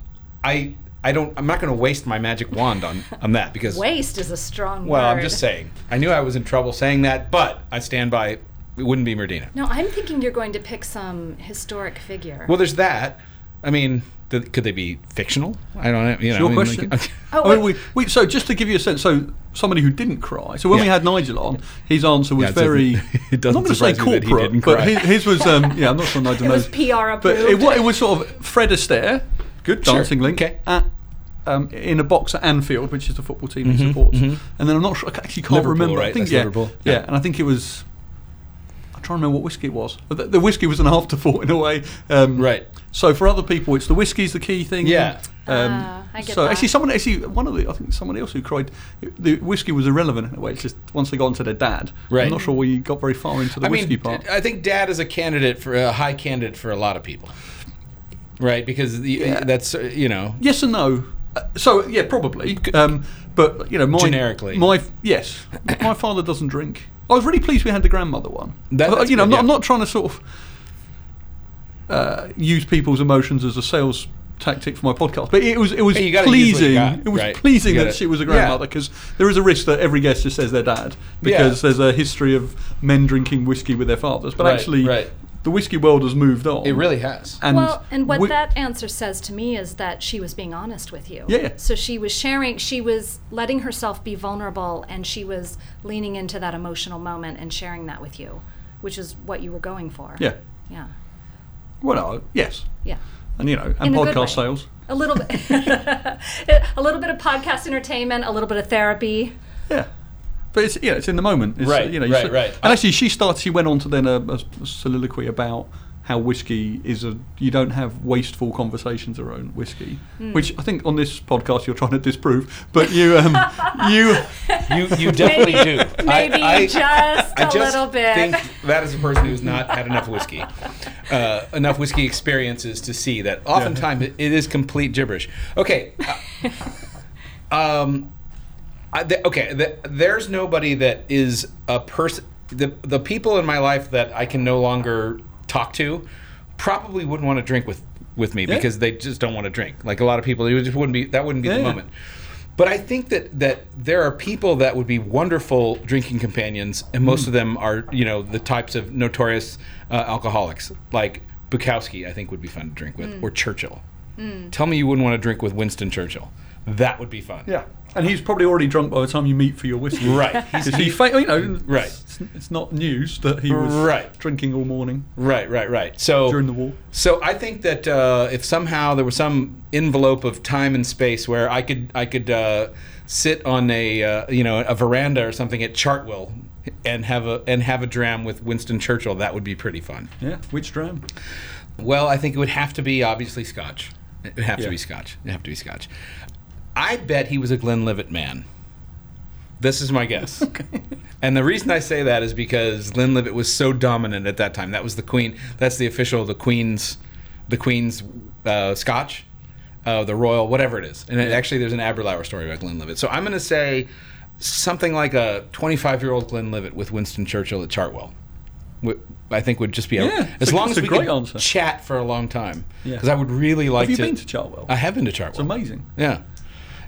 Speaker 2: I, I don't, I'm not going to waste my magic wand on on that because.
Speaker 3: (laughs) Waste is a strong word.
Speaker 2: Well, I'm just saying. I knew I was in trouble saying that, but I stand by. It wouldn't be Merdina.
Speaker 3: No, I'm thinking you're going to pick some historic figure.
Speaker 2: Well, there's that. I mean, th- could they be fictional? I don't know. You know,
Speaker 4: Your
Speaker 2: I mean, like- (laughs)
Speaker 4: question.
Speaker 3: Oh,
Speaker 4: I mean, we,
Speaker 3: wait.
Speaker 4: we, so just to give you a sense, so somebody who didn't cry. So when we
Speaker 2: Yeah.
Speaker 4: had Nigel on, his answer was
Speaker 2: Yeah, it doesn't-
Speaker 4: very.
Speaker 2: (laughs) it doesn't
Speaker 4: I'm not going to say
Speaker 2: surprise me that he
Speaker 4: corporate,
Speaker 2: didn't
Speaker 4: but
Speaker 2: cry.
Speaker 4: his, his
Speaker 2: (laughs)
Speaker 4: was. Um, yeah, I'm not sure Nigel
Speaker 3: It was
Speaker 4: knows.
Speaker 3: PR
Speaker 4: But it,
Speaker 3: approved.
Speaker 4: wa- it was sort of Fred Astaire, good
Speaker 2: sure,
Speaker 4: dancing link,
Speaker 2: okay.
Speaker 4: at, um, in a box at Anfield, which is the football team he supports. And then I'm not sure. I ca- actually can't
Speaker 2: Mm-hmm, Liverpool,
Speaker 4: remember. I
Speaker 2: right?
Speaker 4: think
Speaker 2: That's
Speaker 4: yeah,
Speaker 2: Liverpool.
Speaker 4: yeah,
Speaker 2: Yeah.
Speaker 4: and I think it was. I'm trying to remember what whiskey it was. But The, the whiskey was an afterthought in a way. Um,
Speaker 2: Right.
Speaker 4: So for other people, it's the whiskey's the key thing.
Speaker 2: Yeah.
Speaker 4: Um,
Speaker 3: Ah, I get
Speaker 4: so
Speaker 3: that.
Speaker 4: actually, someone actually one of the I think someone else who cried. The whiskey was irrelevant in a way. It's just once they got onto their dad.
Speaker 2: Right.
Speaker 4: I'm not sure we got very far into the
Speaker 2: I
Speaker 4: whiskey
Speaker 2: mean,
Speaker 4: part.
Speaker 2: I think Dad is a candidate for a high candidate for a lot of people, right? Because the,
Speaker 4: Yeah.
Speaker 2: that's uh, you know,
Speaker 4: yes and no. Uh, so yeah, probably. Um, but you know, my,
Speaker 2: Generically.
Speaker 4: my yes, my father doesn't drink. I was really pleased we had the grandmother one.
Speaker 2: That-
Speaker 4: I-
Speaker 2: that's
Speaker 4: you know, I'm,
Speaker 2: good,
Speaker 4: not,
Speaker 2: yeah.
Speaker 4: I'm not trying to sort of uh, use people's emotions as a sales tactic for my podcast, but it was it was
Speaker 2: Hey, you gotta use what you
Speaker 4: pleasing.
Speaker 2: got,
Speaker 4: it was
Speaker 2: right.
Speaker 4: pleasing
Speaker 2: You
Speaker 4: that
Speaker 2: gotta-
Speaker 4: she was a
Speaker 2: Yeah.
Speaker 4: grandmother because there is a risk that every guest just says their dad because
Speaker 2: Yeah.
Speaker 4: there's a history of men drinking whiskey with their fathers, but
Speaker 2: Right,
Speaker 4: actually.
Speaker 2: right.
Speaker 4: The whiskey world has moved on.
Speaker 2: it really has.
Speaker 4: And
Speaker 3: well, and what
Speaker 4: we-
Speaker 3: that answer says to me is that she was being honest with you.
Speaker 4: Yeah.
Speaker 3: So she was sharing, she was letting herself be vulnerable and she was leaning into that emotional moment and sharing that with you, which is what you were going for.
Speaker 4: Yeah.
Speaker 3: Yeah.
Speaker 4: Well, no, yes.
Speaker 3: Yeah.
Speaker 4: and you know, and
Speaker 3: In a good way.
Speaker 4: podcast sales.
Speaker 3: A little bit (laughs) a little bit of podcast entertainment, a little bit of therapy.
Speaker 4: Yeah, But it's yeah, it's in the moment. It's,
Speaker 5: Right,
Speaker 4: You know, you
Speaker 5: right,
Speaker 4: sit-
Speaker 5: right.
Speaker 4: And actually, she started. She went on to then a, a soliloquy about how whiskey is a you don't have wasteful conversations around whiskey,
Speaker 3: Hmm.
Speaker 4: which I think on this podcast you're trying to disprove. But
Speaker 3: (laughs)
Speaker 4: you um, you
Speaker 5: You you definitely do.
Speaker 3: Maybe
Speaker 2: I- I-
Speaker 3: just a little bit.
Speaker 2: think that is a person who's not had enough whiskey, uh, enough whiskey experiences to see that oftentimes it- it is complete gibberish. Okay. uh, um, I, th- okay. Th- there's nobody that is a person. The, the people in my life that I can no longer talk to probably wouldn't want to drink with, with me because they just don't want to drink. Like a lot of people, it just wouldn't be that wouldn't be the
Speaker 4: Yeah.
Speaker 2: moment. But I think that that there are people that would be wonderful drinking companions, and most
Speaker 4: Hmm.
Speaker 2: of them are, you know, the types of notorious uh, alcoholics like Bukowski. I think would be fun to drink
Speaker 4: Hmm.
Speaker 2: with, or Churchill. Tell me you wouldn't want to drink with Winston Churchill. That would be fun.
Speaker 4: yeah, and he's probably already drunk by the time you meet for your whiskey. (laughs)
Speaker 2: Right.
Speaker 4: Because he, fa- you know,
Speaker 2: Right.
Speaker 4: It's, it's not news that he was
Speaker 2: Right.
Speaker 4: drinking all morning.
Speaker 2: Right, right, right. So
Speaker 4: During the war.
Speaker 2: So I think that uh, if somehow there was some envelope of time and space where I could I could uh, sit on a uh, you know a veranda or something at Chartwell and have a and have a dram with Winston Churchill, that would be pretty fun.
Speaker 4: Yeah, which dram?
Speaker 2: Well, I think it would have to be obviously Scotch. It would have to
Speaker 4: Yeah.
Speaker 2: be Scotch. It would have to be Scotch. I bet he was a Glenlivet man. This is my
Speaker 4: (laughs)
Speaker 2: guess. And the reason I say that is because Glenlivet was so dominant at that time. That was the queen. That's the official, the queen's, the queen's uh, Scotch, uh, the royal, whatever it is. And it, actually, there's an Aberlour story about Glenlivet. So I'm going to say something like a 25 year old Glenlivet with Winston Churchill at Chartwell. Wh- I think would just be a,
Speaker 4: Yeah,
Speaker 2: as
Speaker 4: it's a-
Speaker 2: long as
Speaker 4: it's a
Speaker 2: we
Speaker 4: great
Speaker 2: could
Speaker 4: answer.
Speaker 2: chat for a long time.
Speaker 4: Yeah.
Speaker 2: Because I would really like
Speaker 4: Have you
Speaker 2: to.
Speaker 4: been to Chartwell?
Speaker 2: I have been to Chartwell.
Speaker 4: It's amazing.
Speaker 2: Yeah.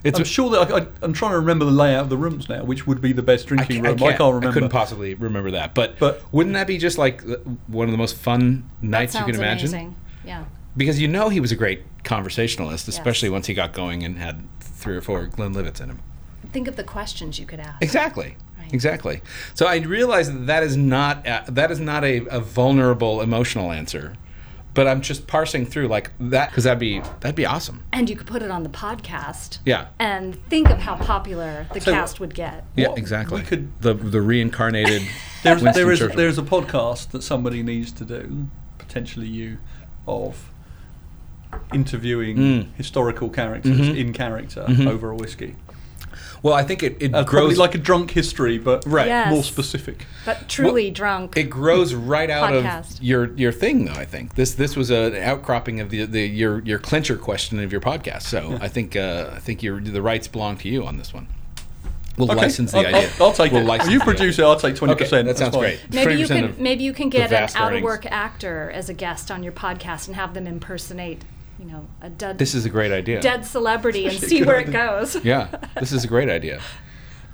Speaker 2: It's
Speaker 4: I'm sure that I, I, I'm trying to remember the layout of the rooms now, which would be the
Speaker 2: I
Speaker 4: best drinking
Speaker 2: can't, I,
Speaker 4: room. I
Speaker 2: can't,
Speaker 4: can't remember.
Speaker 2: I couldn't possibly remember that. But,
Speaker 4: But-
Speaker 2: wouldn't that be just like the- one of the most fun
Speaker 3: That
Speaker 2: nights you
Speaker 3: sounds
Speaker 2: can imagine?
Speaker 3: amazing. Yeah.
Speaker 2: Because you know he was a great conversationalist, especially once he got going and had three or four Glenlivets in him.
Speaker 3: Think of the questions you could ask.
Speaker 2: Exactly.
Speaker 3: Right.
Speaker 2: Exactly. So I realize that that is not a, that is not a, a vulnerable emotional answer, but I'm just parsing through like that because that'd be that'd be awesome.
Speaker 3: And you could put it on the podcast.
Speaker 2: Yeah.
Speaker 3: And think of how popular the cast would get.
Speaker 2: Yeah,
Speaker 4: Well,
Speaker 2: exactly.
Speaker 4: we could-
Speaker 2: the the reincarnated
Speaker 4: (laughs) There's,
Speaker 2: Winston
Speaker 4: there is
Speaker 2: Churchill.
Speaker 4: there is a podcast that somebody needs to do, potentially you, of interviewing
Speaker 2: Hmm.
Speaker 4: historical characters
Speaker 2: Mm-hmm.
Speaker 4: in character over a whiskey.
Speaker 2: well, I think it, it
Speaker 4: Uh, probably
Speaker 2: grows
Speaker 4: like a drunk history, but
Speaker 2: Right.
Speaker 3: Yes.
Speaker 4: more specific.
Speaker 3: But truly drunk.
Speaker 2: it grows right out
Speaker 3: Podcast.
Speaker 2: of your your thing though. I think this this was an outcropping of the, the your your clincher question of your podcast. So I think uh, I think your the rights belong to you on this one. We'll
Speaker 4: Okay,
Speaker 2: license the
Speaker 4: I'll,
Speaker 2: idea.
Speaker 4: I'll, I'll take
Speaker 2: We'll
Speaker 4: it.
Speaker 2: license
Speaker 4: you
Speaker 2: the
Speaker 4: produce it.
Speaker 2: idea.
Speaker 4: I'll take twenty
Speaker 2: Okay,
Speaker 4: percent.
Speaker 2: that sounds great.
Speaker 3: Maybe you
Speaker 2: 20%
Speaker 3: can
Speaker 2: of
Speaker 3: maybe you can get an
Speaker 2: vast
Speaker 3: out of
Speaker 2: earnings.
Speaker 3: work actor as a guest on your podcast and have them impersonate, you know, a dead
Speaker 2: This is a great idea.
Speaker 3: dead celebrity
Speaker 2: (laughs)
Speaker 3: and see where it goes.
Speaker 2: Yeah, this is a great idea.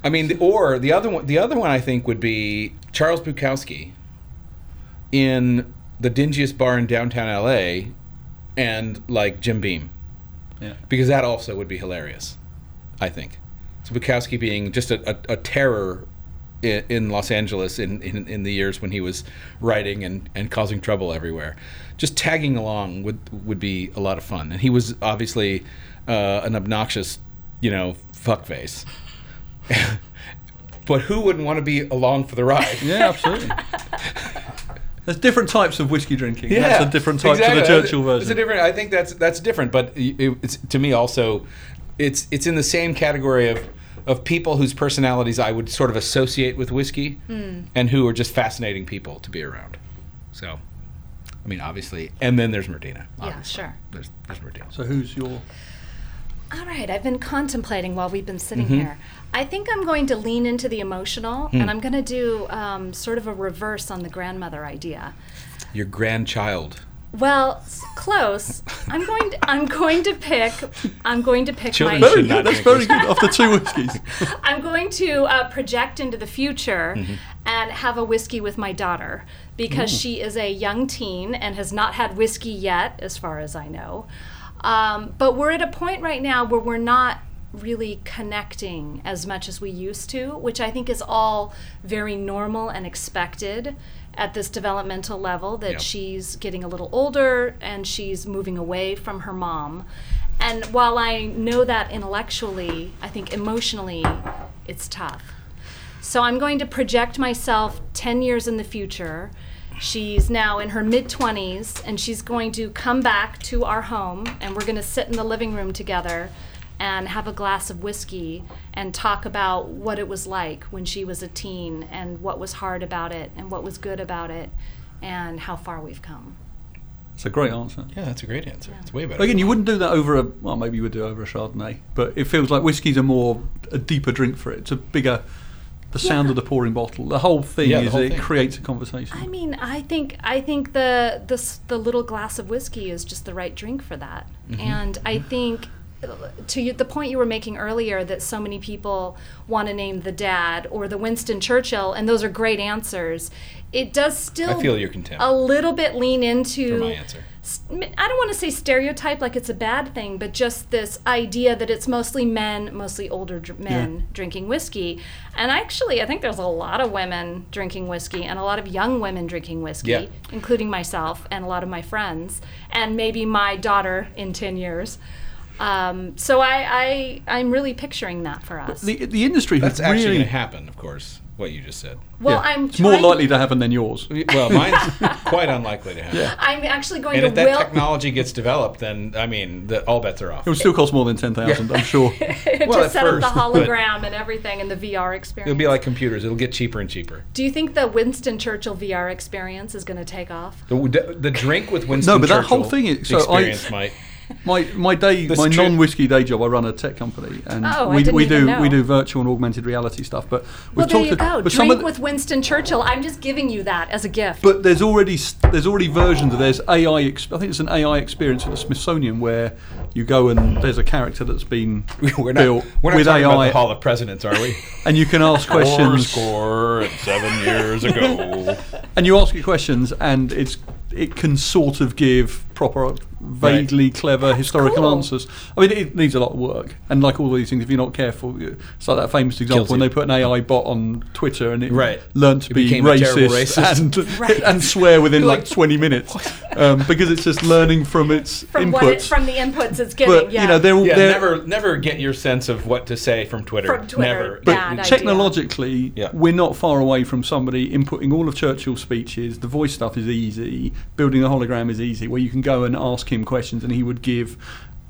Speaker 2: I mean, or the other one, the other one I think would be Charles Bukowski in the dingiest bar in downtown LA, and like Jim Beam,
Speaker 4: Yeah.
Speaker 2: because that also would be hilarious. I think so. Bukowski being just a, a, a terror in, in Los Angeles in, in, in the years when he was writing and, and causing trouble everywhere. Just tagging along would would be a lot of fun. And he was obviously uh, an obnoxious, you know, fuckface. (laughs) but who wouldn't want to be along for the ride? (laughs)
Speaker 4: Yeah, absolutely. There's different types of whiskey drinking.
Speaker 2: Yeah,
Speaker 4: That's a different type
Speaker 2: exactly.
Speaker 4: to the Churchill version.
Speaker 2: It's a different. I think that's that's different, but it, it's to me also, it's it's in the same category of of people whose personalities I would sort of associate with whiskey, and who are just fascinating people to be around. So, I mean, obviously, and then there's Merdina.
Speaker 3: Yeah,
Speaker 2: obviously.
Speaker 3: sure.
Speaker 2: There's, there's Merdina.
Speaker 4: So who's your?
Speaker 3: All right, I've been contemplating while we've been sitting here. I think I'm going to lean into the emotional, and I'm going to do um, sort of a reverse on the grandmother idea.
Speaker 2: Your grandchild,
Speaker 3: Well, s- close. I'm going. To, I'm going to pick. I'm going to pick
Speaker 2: Children
Speaker 3: my.
Speaker 2: should
Speaker 4: Very
Speaker 2: not
Speaker 4: good. That's
Speaker 2: drink
Speaker 4: very good. After two whiskeys.
Speaker 3: I'm going to uh, project into the future and have a whiskey with my daughter because she is a young teen and has not had whiskey yet, as far as I know. Um, but we're at a point right now where we're not really connecting as much as we used to, which I think is all very normal and expected at this developmental level that
Speaker 2: Yep.
Speaker 3: she's getting a little older and she's moving away from her mom. And while I know that intellectually, I think emotionally it's tough. So I'm going to project myself 10 years in the future. She's now in her mid 20s, and she's going to come back to our home, and we're going to sit in the living room together and have a glass of whiskey and talk about what it was like when she was a teen and what was hard about it and what was good about it and how far we've come.
Speaker 4: It's a great answer.
Speaker 2: Yeah, that's a great answer. It's way better.
Speaker 4: But again, you wouldn't do that over a well, maybe you would do it over a Chardonnay, but it feels like whiskey's a more a deeper drink for it. It's a bigger. The sound of the pouring bottle, the whole thing
Speaker 2: Yeah, the
Speaker 4: is
Speaker 2: whole
Speaker 4: it
Speaker 2: thing.
Speaker 4: creates a conversation.
Speaker 3: I mean, I think I think the the s- the little glass of whiskey is just the right drink for that.
Speaker 2: Mm-hmm.
Speaker 3: And I think uh, to you, the point you were making earlier that so many people want to name the dad or the Winston Churchill, and those are great answers. It does still
Speaker 2: feel your contempt.
Speaker 3: a little bit lean into
Speaker 2: For my answer.
Speaker 3: s- I don't want to say stereotype like it's a bad thing, but just this idea that it's mostly men, mostly older dr- men drinking whiskey. And actually, I think there's a lot of women drinking whiskey and a lot of young women drinking whiskey,
Speaker 2: Yeah.
Speaker 3: including myself and a lot of my friends, and maybe my daughter in 10 years. Um, so I, I, I'm really picturing that for us.
Speaker 4: the, the industry
Speaker 2: That's
Speaker 4: has
Speaker 2: actually
Speaker 4: really
Speaker 2: going to happen, of course. What you just said.
Speaker 3: well,
Speaker 4: Yeah.
Speaker 3: I'm
Speaker 4: it's more
Speaker 3: trying-
Speaker 4: likely to happen than yours.
Speaker 2: Well,
Speaker 4: (laughs)
Speaker 2: mine's quite unlikely to happen.
Speaker 3: I'm actually going
Speaker 2: And
Speaker 3: to
Speaker 2: if that
Speaker 3: will.
Speaker 2: technology gets developed, then I mean, the, all bets are off.
Speaker 4: It would still cost more than ten thousand, I'm
Speaker 3: (laughs)
Speaker 4: sure.
Speaker 2: well,
Speaker 3: (laughs) to
Speaker 2: at
Speaker 3: set
Speaker 2: first, (laughs)
Speaker 3: up the
Speaker 2: but
Speaker 3: hologram and everything and the VR experience.
Speaker 2: It'll be like computers. It'll get cheaper and cheaper.
Speaker 3: Do you think the Winston Churchill VR experience is going to take off?
Speaker 2: The, the drink with Winston
Speaker 4: No, but that
Speaker 2: Churchill
Speaker 4: whole thing is- so I-
Speaker 2: experience
Speaker 4: (laughs)
Speaker 2: might.
Speaker 4: My my day,
Speaker 2: This
Speaker 4: my
Speaker 2: trip-
Speaker 4: non-whiskey day job, I run a tech company, and
Speaker 3: Oh, I
Speaker 4: we,
Speaker 3: didn't
Speaker 4: we
Speaker 3: even
Speaker 4: do
Speaker 3: know.
Speaker 4: we do virtual and augmented reality stuff. But we've
Speaker 3: Well, there
Speaker 4: talked
Speaker 3: you
Speaker 4: to-
Speaker 3: go.
Speaker 4: but some
Speaker 3: Drink
Speaker 4: of the-
Speaker 3: with Winston Churchill. I'm just giving you that as a gift.
Speaker 4: But there's already s- there's already versions of there's AI. Ex- I think it's an AI experience at the Smithsonian where you go and there's a character that's been
Speaker 2: (laughs) We're not,
Speaker 4: built
Speaker 2: we're not
Speaker 4: with
Speaker 2: talking about
Speaker 4: AI,
Speaker 2: the Hall of Presidents, are
Speaker 4: (laughs)
Speaker 2: we?
Speaker 4: and you can ask questions.
Speaker 5: score at seven years ago.
Speaker 4: And you ask it questions, and it's it can sort of give proper, vaguely clever historical
Speaker 3: cool.
Speaker 4: answers. I mean, it needs a lot of work, and like all these things, if you're not careful, you- it's like that famous example when
Speaker 2: you.
Speaker 4: they put an AI bot on Twitter and it
Speaker 2: Right.
Speaker 4: learned to
Speaker 2: It
Speaker 4: be
Speaker 2: became a terrible
Speaker 4: racist,
Speaker 2: racist. (laughs)
Speaker 4: and and swear within
Speaker 2: You're
Speaker 3: (laughs)
Speaker 4: like,
Speaker 2: like,
Speaker 4: 20 minutes um, because it's just learning from its
Speaker 3: from
Speaker 4: inputs.
Speaker 3: what it, from the inputs it's giving,
Speaker 4: but
Speaker 3: yeah.
Speaker 4: you know, they're all
Speaker 2: (laughs) yeah,
Speaker 4: they're,
Speaker 2: never, never get your sense of what to say from Twitter.
Speaker 3: From Twitter,
Speaker 2: Never.
Speaker 3: But
Speaker 2: Yeah.
Speaker 3: bad idea.
Speaker 4: technologically,
Speaker 2: Yeah.
Speaker 4: we're not far away from somebody inputting all of Churchill's speeches. The voice stuff is easy. Building a hologram is easy, where you can go and ask him questions, and he would give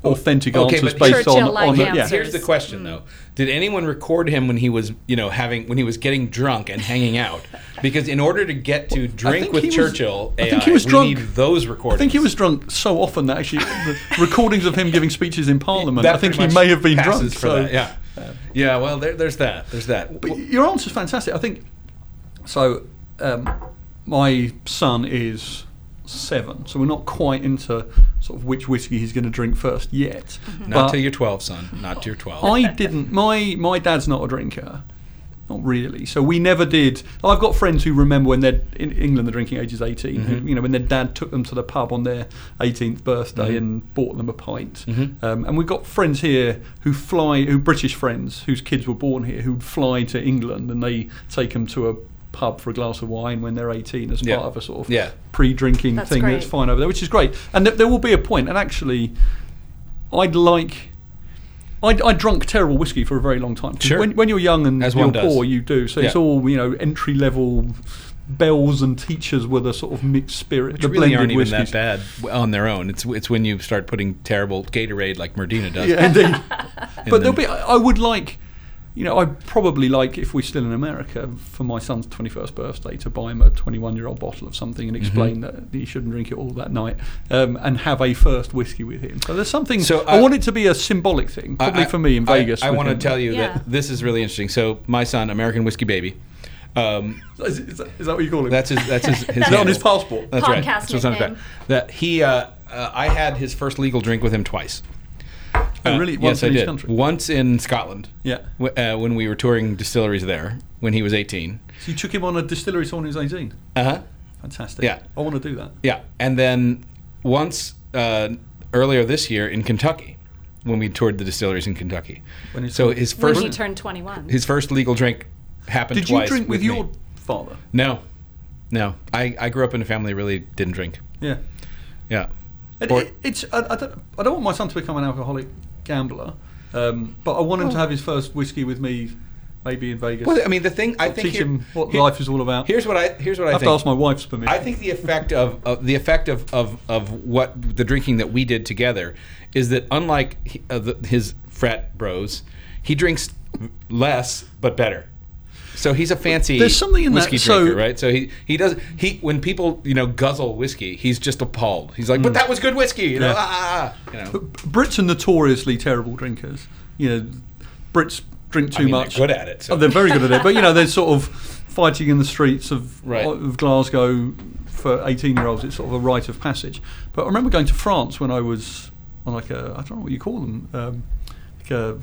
Speaker 4: authentic
Speaker 2: Oh, Okay,
Speaker 4: answers
Speaker 2: but-
Speaker 4: based on,
Speaker 3: Churchill-like
Speaker 4: on yeah.
Speaker 3: answers.
Speaker 2: Here's the question, though: Did anyone record him when he was, you know, having when he was getting drunk and hanging out? Because in order to get to drink
Speaker 4: think
Speaker 2: with
Speaker 4: he was-
Speaker 2: Churchill,
Speaker 4: I
Speaker 2: AI,
Speaker 4: think he was
Speaker 2: we
Speaker 4: drunk.
Speaker 2: need those recordings.
Speaker 4: I think he was drunk so often that
Speaker 2: (laughs)
Speaker 4: actually the recordings of him giving speeches in Parliament.
Speaker 2: That
Speaker 4: I think he
Speaker 2: pretty
Speaker 4: may
Speaker 2: much
Speaker 4: have been
Speaker 2: passes
Speaker 4: drunk.
Speaker 2: For
Speaker 4: so-
Speaker 2: that. Yeah. Yeah. Well, there, there's that. There's that.
Speaker 4: But your answer's fantastic. I think so. Um, my son is seven, so we're not quite into sort of which whiskey he's going to drink first yet.
Speaker 2: Not
Speaker 4: But
Speaker 2: till you're 12, son. Not till you're 12. (laughs)
Speaker 4: (laughs) I didn't. My my dad's not a drinker. Not really. So we never did. I've got friends who remember when they're in England, the drinking age is 18.
Speaker 2: Mm-hmm.
Speaker 4: Who, you know, when their dad took them to the pub on their 18th birthday
Speaker 2: Mm-hmm.
Speaker 4: and bought them a pint. Um, and we've got friends here who fly, who British friends whose kids were born here, who'd fly to England and they take them to a pub for a glass of wine when they're 18 as
Speaker 2: Yeah.
Speaker 4: part of a sort of
Speaker 2: Yeah.
Speaker 4: pre-drinking
Speaker 3: That's
Speaker 4: thing
Speaker 3: great.
Speaker 4: that's fine over there, which is great. And th- there will be a point, and actually, I'd like. I, I drunk terrible whiskey for a very long time. 'Cause
Speaker 2: Sure.
Speaker 4: When, when you're young and
Speaker 2: As
Speaker 4: you're
Speaker 2: one does.
Speaker 4: poor, you do. So it's
Speaker 2: Yeah.
Speaker 4: all you know, entry level bells and teachers with a sort of mixed spirit.
Speaker 2: Which
Speaker 4: the
Speaker 2: really
Speaker 4: blended
Speaker 2: aren't even
Speaker 4: whiskies.
Speaker 2: that bad on their own. It's it's when you start putting terrible Gatorade like Merdina does.
Speaker 4: Yeah,
Speaker 2: (laughs)
Speaker 4: indeed. but
Speaker 2: then-
Speaker 4: there'll be. I I would like. You know, I probably like if we're still in America for my son's 21st birthday to buy him a 21 year old bottle of something
Speaker 2: Mm-hmm.
Speaker 4: and explain that he shouldn't drink it all that night um, and have a first whiskey with him. So there's something.
Speaker 2: So
Speaker 4: I,
Speaker 2: I-
Speaker 4: want it to be a symbolic thing, probably
Speaker 2: I-
Speaker 4: for me in
Speaker 2: I-
Speaker 4: Vegas.
Speaker 2: I,
Speaker 4: with
Speaker 2: want to
Speaker 4: him.
Speaker 2: tell you
Speaker 3: Yeah.
Speaker 2: that this is really interesting. So my son, American Whiskey Baby, um,
Speaker 4: Is, is that, is that what you call him?
Speaker 2: that's his that's his, his
Speaker 4: (laughs)
Speaker 2: Uh,
Speaker 4: Is that on
Speaker 2: handle.
Speaker 4: his passport?
Speaker 2: That's right.
Speaker 3: Podcast
Speaker 2: That's what it sounds
Speaker 3: nickname.
Speaker 2: about. That he, uh, uh, I had his first legal drink with him twice. Uh,
Speaker 4: Oh, really? Once
Speaker 2: yes,
Speaker 4: in
Speaker 2: I
Speaker 4: each
Speaker 2: did.
Speaker 4: country?
Speaker 2: Once in Scotland.
Speaker 4: Yeah.
Speaker 2: w- uh, when we were touring distilleries there, when he was 18.
Speaker 4: So you took him on a distillery tour when he was 18.
Speaker 2: Uh huh.
Speaker 4: Fantastic.
Speaker 2: Yeah.
Speaker 4: I want to do that.
Speaker 2: Yeah, and then once uh, earlier this year in Kentucky, when we toured the distilleries in Kentucky.
Speaker 4: When you
Speaker 2: so
Speaker 4: toured-
Speaker 2: his
Speaker 3: when
Speaker 2: first
Speaker 3: he turned 21.
Speaker 2: his first legal drink happened
Speaker 4: Did you
Speaker 2: twice.
Speaker 4: drink with,
Speaker 2: me.
Speaker 4: your father?
Speaker 2: No, no. I, I grew up in a family that really didn't drink.
Speaker 4: Yeah.
Speaker 2: Yeah.
Speaker 4: It,
Speaker 2: Or-
Speaker 4: it, it's I, I, don't, I don't want my son to become an alcoholic gambler, um, but I want him to have his first whiskey with me maybe in Vegas.
Speaker 2: Well, I mean, the thing I
Speaker 4: I'll
Speaker 2: think
Speaker 4: teach
Speaker 2: here-
Speaker 4: him what
Speaker 2: here-
Speaker 4: life is all about.
Speaker 2: Here's what I here's what I,
Speaker 4: I have
Speaker 2: think.
Speaker 4: to ask my wife's permission.
Speaker 2: I think the effect of, of the effect of, of, of what the drinking that we did together is that unlike he- uh, the, his frat bros, he drinks less but better. So he's a fancy
Speaker 4: There's something in that,
Speaker 2: whiskey
Speaker 4: so-
Speaker 2: drinker, right? So he, he does he when people you know guzzle whiskey, he's just appalled. He's like, but that was good whiskey, you know.
Speaker 4: Mm. Yeah.
Speaker 2: Ah, ah, ah," you know.
Speaker 4: Brits are notoriously terrible drinkers. You know, Brits drink too
Speaker 2: mean, they're
Speaker 4: much.
Speaker 2: good at it, so-
Speaker 4: Oh, they're very good at it. But you know, they're sort of fighting in the streets of
Speaker 2: Right.
Speaker 4: of Glasgow for eighteen-year-olds. It's sort of a rite of passage. But I remember going to France when I was on like a I don't know what you call them, um, like a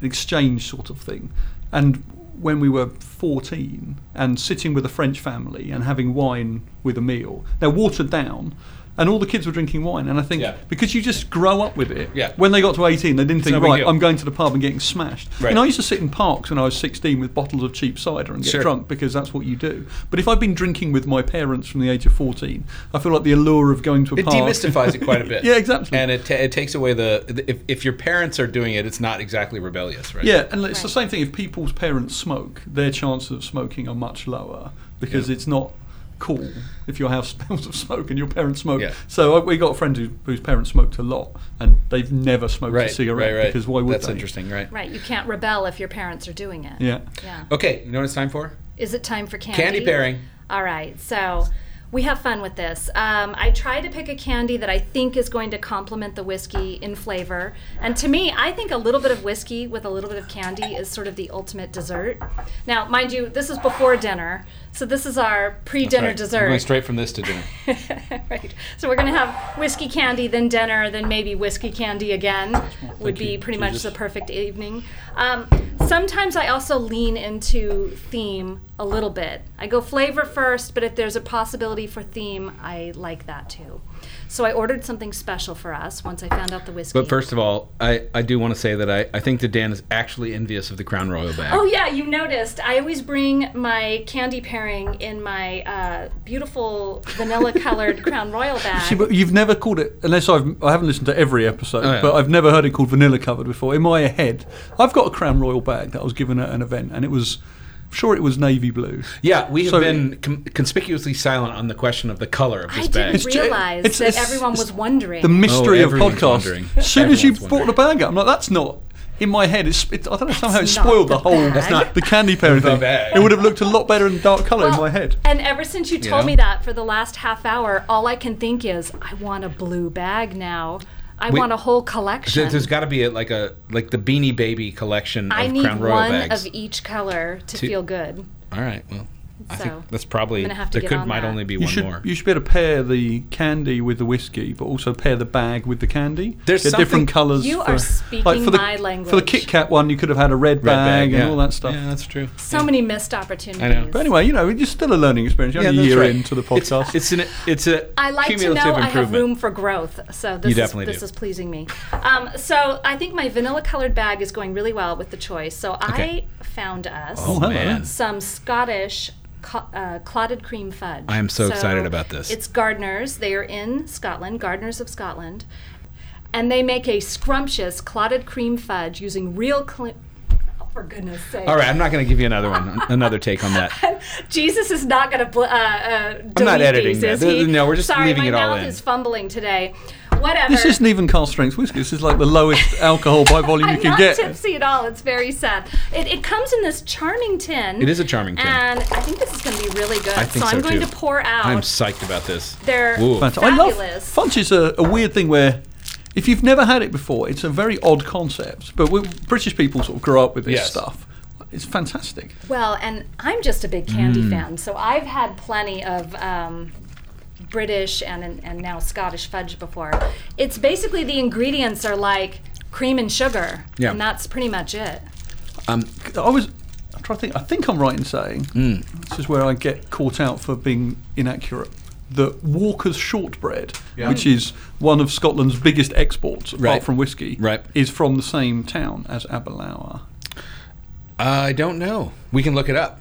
Speaker 4: an exchange sort of thing, and when we were 14 and sitting with a French family and having wine with a meal. Now watered down. And all the kids were drinking wine, and I think
Speaker 2: Yeah.
Speaker 4: because you just grow up with it.
Speaker 2: Yeah.
Speaker 4: When they got to 18, they didn't think,
Speaker 2: no big
Speaker 4: right,
Speaker 2: deal.
Speaker 4: I'm going to the pub and getting smashed.
Speaker 2: Right.
Speaker 4: And I used to sit in parks when I was 16 with bottles of cheap cider and get
Speaker 2: Sure.
Speaker 4: drunk because that's what you do. But if I've been drinking with my parents from the age of 14, I feel like the allure of going to a
Speaker 2: It
Speaker 4: park.
Speaker 2: demystifies it quite a bit.
Speaker 4: (laughs) Yeah, exactly.
Speaker 2: And it, ta it takes away the, the if, if your parents are doing it, it's not exactly rebellious, right?
Speaker 4: Yeah, and it's the same thing. If people's parents smoke, their chances of smoking are much lower because
Speaker 2: Yeah.
Speaker 4: it's not cool if your house (laughs) smells of smoke and your parents smoke.
Speaker 2: Yeah.
Speaker 4: So uh, we got a friend who, whose parents smoked a lot and they've never smoked
Speaker 2: Right.
Speaker 4: a cigarette
Speaker 2: right. Right.
Speaker 4: because why would
Speaker 2: That's
Speaker 4: they?
Speaker 2: interesting. Right.
Speaker 3: Right, you can't rebel if your parents are doing it.
Speaker 4: Yeah.
Speaker 3: Yeah.
Speaker 2: Okay, you know what it's time for?
Speaker 3: Is it time for candy?
Speaker 2: Candy pairing.
Speaker 3: All right, so we have fun with this. Um, I try to pick a candy that I think is going to complement the whiskey in flavor. And to me, I think a little bit of whiskey with a little bit of candy is sort of the ultimate dessert. Now, mind you, this is before dinner, so this is our pre dinner
Speaker 2: Right. We're
Speaker 3: dessert.
Speaker 2: going straight from this to
Speaker 3: (laughs)
Speaker 2: dinner.
Speaker 3: right. So we're going to have whiskey candy, then dinner, then maybe whiskey candy again. Would be
Speaker 4: you,
Speaker 3: pretty much
Speaker 4: Jesus.
Speaker 3: the perfect evening. Um, sometimes I also lean into theme a little bit. I go flavor first, but if there's a possibility for theme, I like that too. So I ordered something special for us once I found out the whiskey.
Speaker 2: But first of all, I, I do want to say that I, I think that Dan is actually envious of the Crown Royal bag.
Speaker 3: Oh yeah, you noticed. I always bring my candy pairing in my uh, beautiful vanilla-colored Crown Royal bag.
Speaker 4: See, but you've never called it, unless I've, I haven't listened to every episode,
Speaker 2: Oh, yeah.
Speaker 4: but I've never heard it called vanilla covered before. In my head, I've got a Crown Royal bag that I was given at an event, and it was, I'm sure it was navy blue.
Speaker 2: Yeah, we have
Speaker 4: So-
Speaker 2: been com- conspicuously silent on the question of the color of this
Speaker 3: I
Speaker 2: bag.
Speaker 3: didn't
Speaker 4: ju-
Speaker 3: realize
Speaker 4: it's-
Speaker 3: that
Speaker 4: it's-
Speaker 3: everyone
Speaker 4: it's
Speaker 3: was wondering.
Speaker 4: The mystery
Speaker 2: Oh,
Speaker 4: of
Speaker 2: everyone's
Speaker 4: podcasts.
Speaker 2: wondering.
Speaker 4: As soon as you
Speaker 2: Everyone's
Speaker 4: brought the bag up, I'm like, that's not. In my head, it's, it, I don't know, somehow it
Speaker 3: That's not
Speaker 4: spoiled the,
Speaker 3: the
Speaker 4: whole
Speaker 3: bag. That's
Speaker 2: not
Speaker 4: the candy pairing
Speaker 2: the
Speaker 4: thing.
Speaker 2: bag.
Speaker 4: It would have looked a lot better in dark colour in my head.
Speaker 3: And ever since you told
Speaker 2: know?
Speaker 3: me that for the last half hour, all I can think is, I want a blue bag now. I
Speaker 2: We-
Speaker 3: want a whole
Speaker 2: There-
Speaker 3: collection.
Speaker 2: There's got to be a, like a like the Beanie Baby collection
Speaker 3: I
Speaker 2: of
Speaker 3: need
Speaker 2: Crown Royal
Speaker 3: one
Speaker 2: bags.
Speaker 3: of e- each color to
Speaker 2: Two-
Speaker 3: feel good.
Speaker 2: All right, well, I
Speaker 3: So,
Speaker 2: think that's probably
Speaker 3: I'm gonna have to
Speaker 2: there
Speaker 3: get
Speaker 2: could
Speaker 3: on
Speaker 2: might
Speaker 3: that.
Speaker 2: only be
Speaker 4: You
Speaker 2: one
Speaker 4: should,
Speaker 2: more.
Speaker 4: you should be able to pair the candy with the whiskey, but also pair the bag with the candy.
Speaker 2: There's
Speaker 4: Get
Speaker 2: something-
Speaker 4: different colours.
Speaker 3: You
Speaker 4: for-
Speaker 3: are speaking
Speaker 4: for the,
Speaker 3: my
Speaker 4: For the
Speaker 3: language.
Speaker 4: Kit Kat one, you could have had a
Speaker 2: Red
Speaker 4: red, bag, and
Speaker 2: yeah.
Speaker 4: all that stuff.
Speaker 2: Yeah, that's true.
Speaker 3: So many missed opportunities.
Speaker 4: But anyway, you know, it's still a learning experience. You're
Speaker 2: Yeah,
Speaker 4: only a
Speaker 2: that's
Speaker 4: year
Speaker 2: right.
Speaker 4: into the podcast.
Speaker 2: It's an it's a
Speaker 3: I like to
Speaker 2: cumulative
Speaker 3: know I
Speaker 2: improvement.
Speaker 3: have room for growth, so
Speaker 2: You
Speaker 3: this is,
Speaker 2: definitely
Speaker 3: this
Speaker 2: do.
Speaker 3: is pleasing me. Um, so I think my vanilla-colored bag is going really well with the choice. So
Speaker 2: Okay.
Speaker 3: I found us
Speaker 2: Oh
Speaker 4: hello.
Speaker 2: man,
Speaker 3: some Scottish co- uh, clotted cream fudge.
Speaker 2: I am so excited about this.
Speaker 3: It's Gardeners. They are in Scotland, Gardeners of Scotland. And they make a scrumptious clotted cream fudge using real. Cl- oh, for goodness sake.
Speaker 2: All right, I'm not going to give you another one, another take on
Speaker 3: (laughs)
Speaker 2: that.
Speaker 3: Jesus is not going to. Bl- uh, uh, delete
Speaker 2: not editing
Speaker 3: these,
Speaker 2: that.
Speaker 3: is he?
Speaker 2: No, we're just
Speaker 3: Sorry,
Speaker 2: leaving
Speaker 3: my
Speaker 2: it all
Speaker 3: mouth
Speaker 2: in.
Speaker 3: is fumbling today. Whatever.
Speaker 4: This isn't even Carl Strength's whiskey. This is like
Speaker 3: (laughs)
Speaker 4: the lowest alcohol by volume
Speaker 3: I'm
Speaker 4: you can
Speaker 3: not
Speaker 4: get.
Speaker 3: tipsy at all. It's very sad. It, it comes in this charming tin.
Speaker 2: It is a charming tin.
Speaker 3: And uh, I think this is going to be really good.
Speaker 2: I think
Speaker 3: so I'm
Speaker 2: so,
Speaker 3: going
Speaker 2: too.
Speaker 3: to pour out.
Speaker 2: I'm psyched about this. Uh,
Speaker 3: They're-
Speaker 2: Ooh.
Speaker 4: Fant- I love
Speaker 3: Fabulous.
Speaker 4: fudge is a, a weird thing where if you've never had it before, it's a very odd concept. But we, British people sort of grow up with this
Speaker 2: Yes.
Speaker 4: stuff. It's fantastic.
Speaker 3: Well, and I'm just a big candy
Speaker 4: Mm.
Speaker 3: fan, so I've had plenty of um, British and, and and now Scottish fudge before. It's basically the ingredients are like cream and sugar,
Speaker 2: Yeah.
Speaker 3: and that's pretty much it.
Speaker 4: I was I'm trying to think. I think I'm right in saying
Speaker 2: Hmm.
Speaker 4: this is where I get caught out for being inaccurate. That Walker's shortbread, which is one of Scotland's biggest exports apart
Speaker 2: Right.
Speaker 4: from whiskey,
Speaker 2: Right.
Speaker 4: is from the same town as Aberlour.
Speaker 2: I don't know. We can look it up.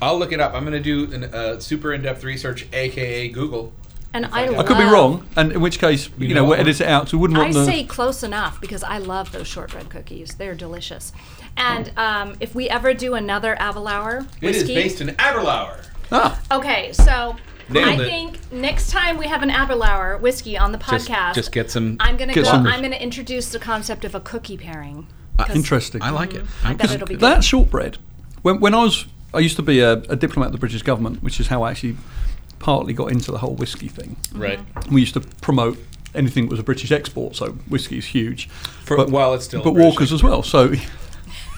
Speaker 2: I'll look it up. I'm going to do a uh, super in-depth research, aka Google.
Speaker 3: And I,
Speaker 4: I could be
Speaker 3: love-
Speaker 4: wrong, and in which case, you, know,
Speaker 2: know
Speaker 4: we'll
Speaker 2: what?
Speaker 4: edit it out. So we wouldn't
Speaker 3: I
Speaker 4: want the.
Speaker 3: say close enough because I love those shortbread cookies. They're delicious. And
Speaker 4: Mm.
Speaker 3: um, if we ever do another Avalauer whiskey,
Speaker 2: It is based in Aberlour.
Speaker 4: ah,
Speaker 3: okay. So
Speaker 2: Nailed
Speaker 3: I
Speaker 2: it.
Speaker 3: think next time we have an Avalauer whiskey on the
Speaker 2: Just,
Speaker 3: podcast,
Speaker 2: just get some.
Speaker 3: I'm gonna
Speaker 4: Get
Speaker 3: go.
Speaker 4: some.
Speaker 3: I'm gonna introduce the concept of a cookie pairing.
Speaker 4: Uh,
Speaker 3: 'Cause
Speaker 4: interesting.
Speaker 2: I like it.
Speaker 3: I
Speaker 2: I'm
Speaker 3: bet
Speaker 2: just-
Speaker 3: it'll be good.
Speaker 4: That shortbread. When, when I was, I used to be a, a diplomat of the British government, which is how I actually partly got into the whole whiskey thing.
Speaker 2: right.
Speaker 4: We used to promote anything that was a British export, so whiskey is huge.
Speaker 2: For- while it's still
Speaker 4: but
Speaker 2: British.
Speaker 4: Walker's as well. So, (laughs)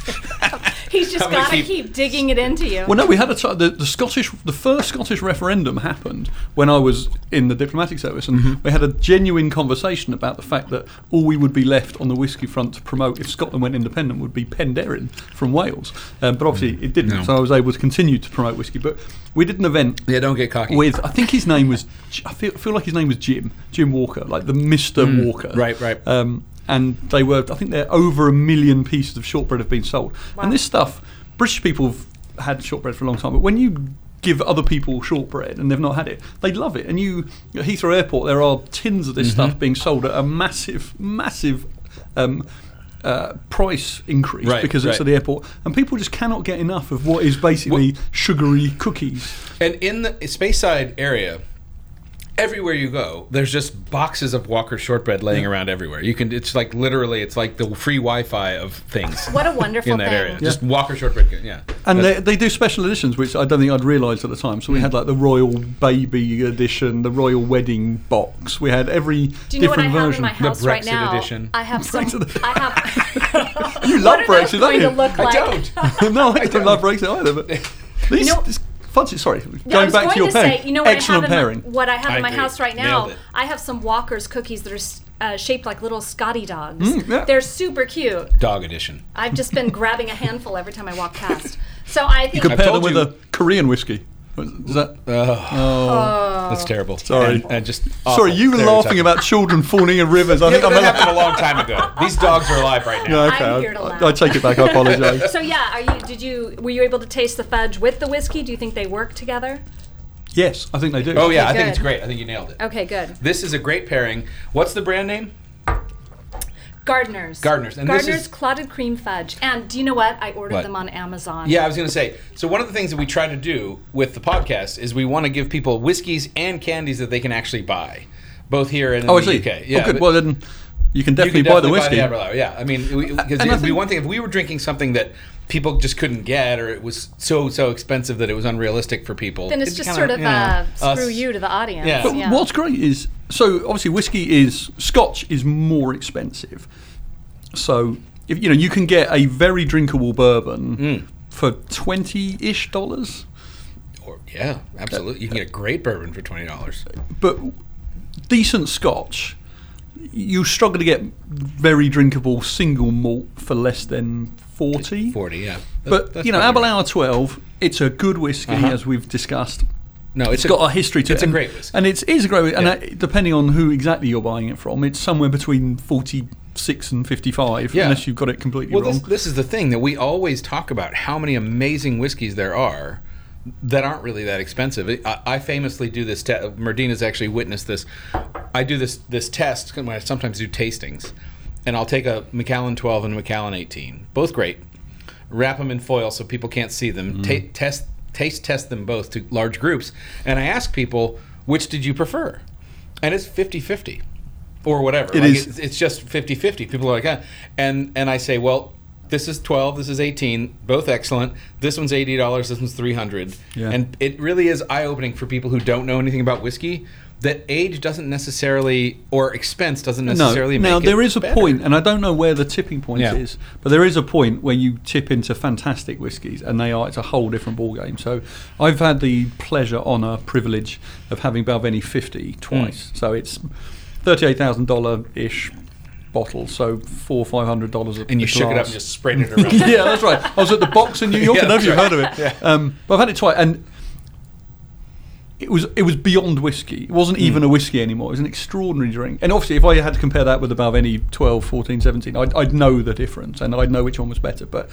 Speaker 3: He's just
Speaker 2: I'm gonna
Speaker 3: got to
Speaker 2: keep-
Speaker 3: keep, digging it into you.
Speaker 4: well, no, we had a t- the, the Scottish, the first Scottish referendum happened when I was in the diplomatic service, and
Speaker 2: Mm-hmm.
Speaker 4: we had a genuine conversation about the fact that all we would be left on the whiskey front to promote if Scotland went independent would be Penderin from Wales. Um, but obviously, it didn't.
Speaker 2: Mm. No.
Speaker 4: So I was able to continue to promote whiskey. But we did an event.
Speaker 2: Yeah, don't get cocky.
Speaker 4: with I think his name was J- I feel, feel like his name was Jim Jim Walker, like the Mister Walker.
Speaker 2: Mm. right, right.
Speaker 4: Um, and they were I think they're over a million pieces of shortbread have been sold. And this stuff, British people have had shortbread for a long time, but when you give other people shortbread and they've not had it, they love it. And you at Heathrow Airport, there are tins of this
Speaker 2: Mm-hmm.
Speaker 4: stuff being sold at a massive, massive. Um, uh, price increase
Speaker 2: Right,
Speaker 4: because it's
Speaker 2: right.
Speaker 4: at the airport, and people just cannot get enough of what is basically sugary cookies.
Speaker 2: And in the Speyside area, everywhere you go, there's just boxes of Walker shortbread laying around everywhere. You can, it's like literally, it's like the free Wi-Fi of things.
Speaker 3: What a wonderful
Speaker 2: in that
Speaker 3: thing.
Speaker 2: area. Just Walker shortbread. Yeah.
Speaker 4: And they, they do special editions, which I don't think I'd realised at the time. So we had like the royal baby edition, the royal wedding box. We had every
Speaker 3: Do you know what I
Speaker 4: different
Speaker 3: have in
Speaker 4: version.
Speaker 3: my house right
Speaker 2: Brexit
Speaker 3: now?
Speaker 2: edition.
Speaker 3: I have some.
Speaker 4: Brexit-
Speaker 3: I have. (laughs)
Speaker 4: (laughs) You love
Speaker 3: what are those
Speaker 4: Brexit,
Speaker 3: going to
Speaker 4: don't you?
Speaker 3: look
Speaker 4: I
Speaker 3: like?
Speaker 2: don't. (laughs)
Speaker 3: (laughs)
Speaker 4: (laughs) no, I don't love Brexit either. But these,
Speaker 3: know-
Speaker 4: this- fudge it, sorry,
Speaker 3: Yeah, I
Speaker 4: going
Speaker 3: was
Speaker 4: back
Speaker 3: going
Speaker 4: to your
Speaker 3: to
Speaker 4: pairing.
Speaker 3: say, you know what
Speaker 4: Excellent
Speaker 3: I have
Speaker 4: pairing.
Speaker 3: In my, what I have
Speaker 2: I
Speaker 3: in my
Speaker 2: agree.
Speaker 3: house right
Speaker 2: Nailed
Speaker 3: now,
Speaker 2: it.
Speaker 3: I have some Walker's cookies that are s- uh, shaped like little Scotty dogs.
Speaker 4: Mm, yeah.
Speaker 3: They're super cute.
Speaker 2: Dog edition.
Speaker 3: I've just been grabbing a handful every time I walk past. So I think
Speaker 4: Could pair them
Speaker 2: told
Speaker 4: with
Speaker 2: you-
Speaker 4: a Korean whiskey. Is that?
Speaker 3: Oh.
Speaker 2: That's terrible.
Speaker 4: Sorry.
Speaker 2: And, and just
Speaker 4: sorry,
Speaker 2: awful
Speaker 4: you were laughing
Speaker 2: stereotype.
Speaker 4: about children falling in rivers.
Speaker 2: (laughs)
Speaker 4: I
Speaker 2: Yeah,
Speaker 4: think
Speaker 2: but
Speaker 4: I'm
Speaker 2: that
Speaker 4: (laughs)
Speaker 2: happened
Speaker 4: allowed-
Speaker 2: a long time ago. These dogs are alive right now.
Speaker 4: (laughs) No, okay,
Speaker 3: I'm
Speaker 4: I-
Speaker 3: here to laugh.
Speaker 4: I, I take it back. I
Speaker 2: (laughs)
Speaker 4: apologise.
Speaker 3: So yeah, are you? Did you? Were you able to taste the fudge with the whiskey? Do you think they work together?
Speaker 4: yes, I think they do.
Speaker 2: Oh yeah, I think
Speaker 3: good.
Speaker 2: it's great. I think you nailed it.
Speaker 3: Okay, good.
Speaker 2: This is a great pairing. What's the brand name?
Speaker 3: Gardeners.
Speaker 2: Gardeners, and this
Speaker 3: Gardeners
Speaker 2: is-
Speaker 3: clotted cream fudge. And do you know what? I ordered
Speaker 2: What?
Speaker 3: them on Amazon.
Speaker 2: Yeah, I was going to say. So one of the things that we try to do with the podcast is we want to give people whiskeys and candies that they can actually buy, both here and in
Speaker 4: Oh, I
Speaker 2: the
Speaker 4: see.
Speaker 2: UK. Yeah,
Speaker 4: oh, good.
Speaker 2: but
Speaker 4: Well, then you can
Speaker 2: you
Speaker 4: definitely
Speaker 2: can
Speaker 4: buy the
Speaker 2: definitely
Speaker 4: whiskey. Uh,
Speaker 2: Aberlour, yeah, I mean, because
Speaker 4: I
Speaker 2: it'd be
Speaker 4: think-
Speaker 2: one thing if we were drinking something that people just couldn't get, or it was so so expensive that it was unrealistic for people.
Speaker 3: Then it's
Speaker 2: it'd
Speaker 3: just
Speaker 2: kinda,
Speaker 3: sort of
Speaker 2: you know,
Speaker 3: uh, screw
Speaker 2: us-
Speaker 3: you to the audience.
Speaker 2: Yeah.
Speaker 4: But what's great is so obviously whiskey is Scotch is more expensive. So if you know you can get a very drinkable bourbon
Speaker 2: Mm.
Speaker 4: for twenty ish dollars,
Speaker 2: Or, yeah, absolutely. You can get a great bourbon for twenty dollars.
Speaker 4: but decent Scotch. You struggle to get very drinkable single malt for less than forty.
Speaker 2: Forty, yeah.
Speaker 4: But
Speaker 2: That's
Speaker 4: you know,
Speaker 2: probably right. Uh-huh.
Speaker 4: Aberlour Twelve, it's a good whiskey as we've discussed.
Speaker 2: No, it's
Speaker 4: it's got a history to
Speaker 2: it's a
Speaker 4: it. and-
Speaker 2: great whiskey.
Speaker 4: and it's, it's a great whiskey.
Speaker 2: Yeah.
Speaker 4: And uh, depending on who exactly you're buying it from, it's somewhere between forty six and fifty five,
Speaker 2: Yeah.
Speaker 4: unless you've got it completely
Speaker 2: Well,
Speaker 4: wrong.
Speaker 2: this, this is the thing that we always talk about: how many amazing whiskeys there are that aren't really that expensive. I, I famously do this. Te- Merdina's actually witnessed this. I do this this test when I sometimes do tastings, and I'll take a Macallan 12 and Macallan 18, both great. Wrap them in foil so people can't see them. Ta- test taste test them both to large groups, and I ask people which did you prefer, and it's 50-50 or whatever. It
Speaker 4: It
Speaker 2: is
Speaker 4: is-
Speaker 2: it's just 50-50 people are like ah. and and i say well this is 12 this is 18 both excellent this one's $80 this one's 300
Speaker 4: Yeah.
Speaker 2: and it really is eye-opening for people who don't know anything about whiskey that age doesn't necessarily or expense doesn't
Speaker 4: no,
Speaker 2: necessarily make
Speaker 4: now
Speaker 2: it
Speaker 4: there is a
Speaker 2: better.
Speaker 4: point, and I don't know where the tipping point
Speaker 2: Yeah.
Speaker 4: is, but there is a point where you tip into fantastic whiskies, and they are it's a whole different ballgame. So I've had the pleasure, honour, privilege of having Balvenie fifty twice.
Speaker 2: Mm.
Speaker 4: So it's thirty eight thousand dollar ish bottle, so four or five hundred dollars.
Speaker 2: and you shook it up and just sprayed it around
Speaker 4: (laughs) yeah, that's right. I was at the box in New York.
Speaker 2: Yeah,
Speaker 4: I don't know if you've
Speaker 2: that's
Speaker 4: heard of it. Um, but I've had it twice, and it was it was beyond whiskey. It
Speaker 2: Hmm.
Speaker 4: wasn't even a whiskey anymore. It was an extraordinary drink. And obviously, if I had to compare that with about any 12, 14, 17, I'd, I'd know the difference, and I'd know which one was better. But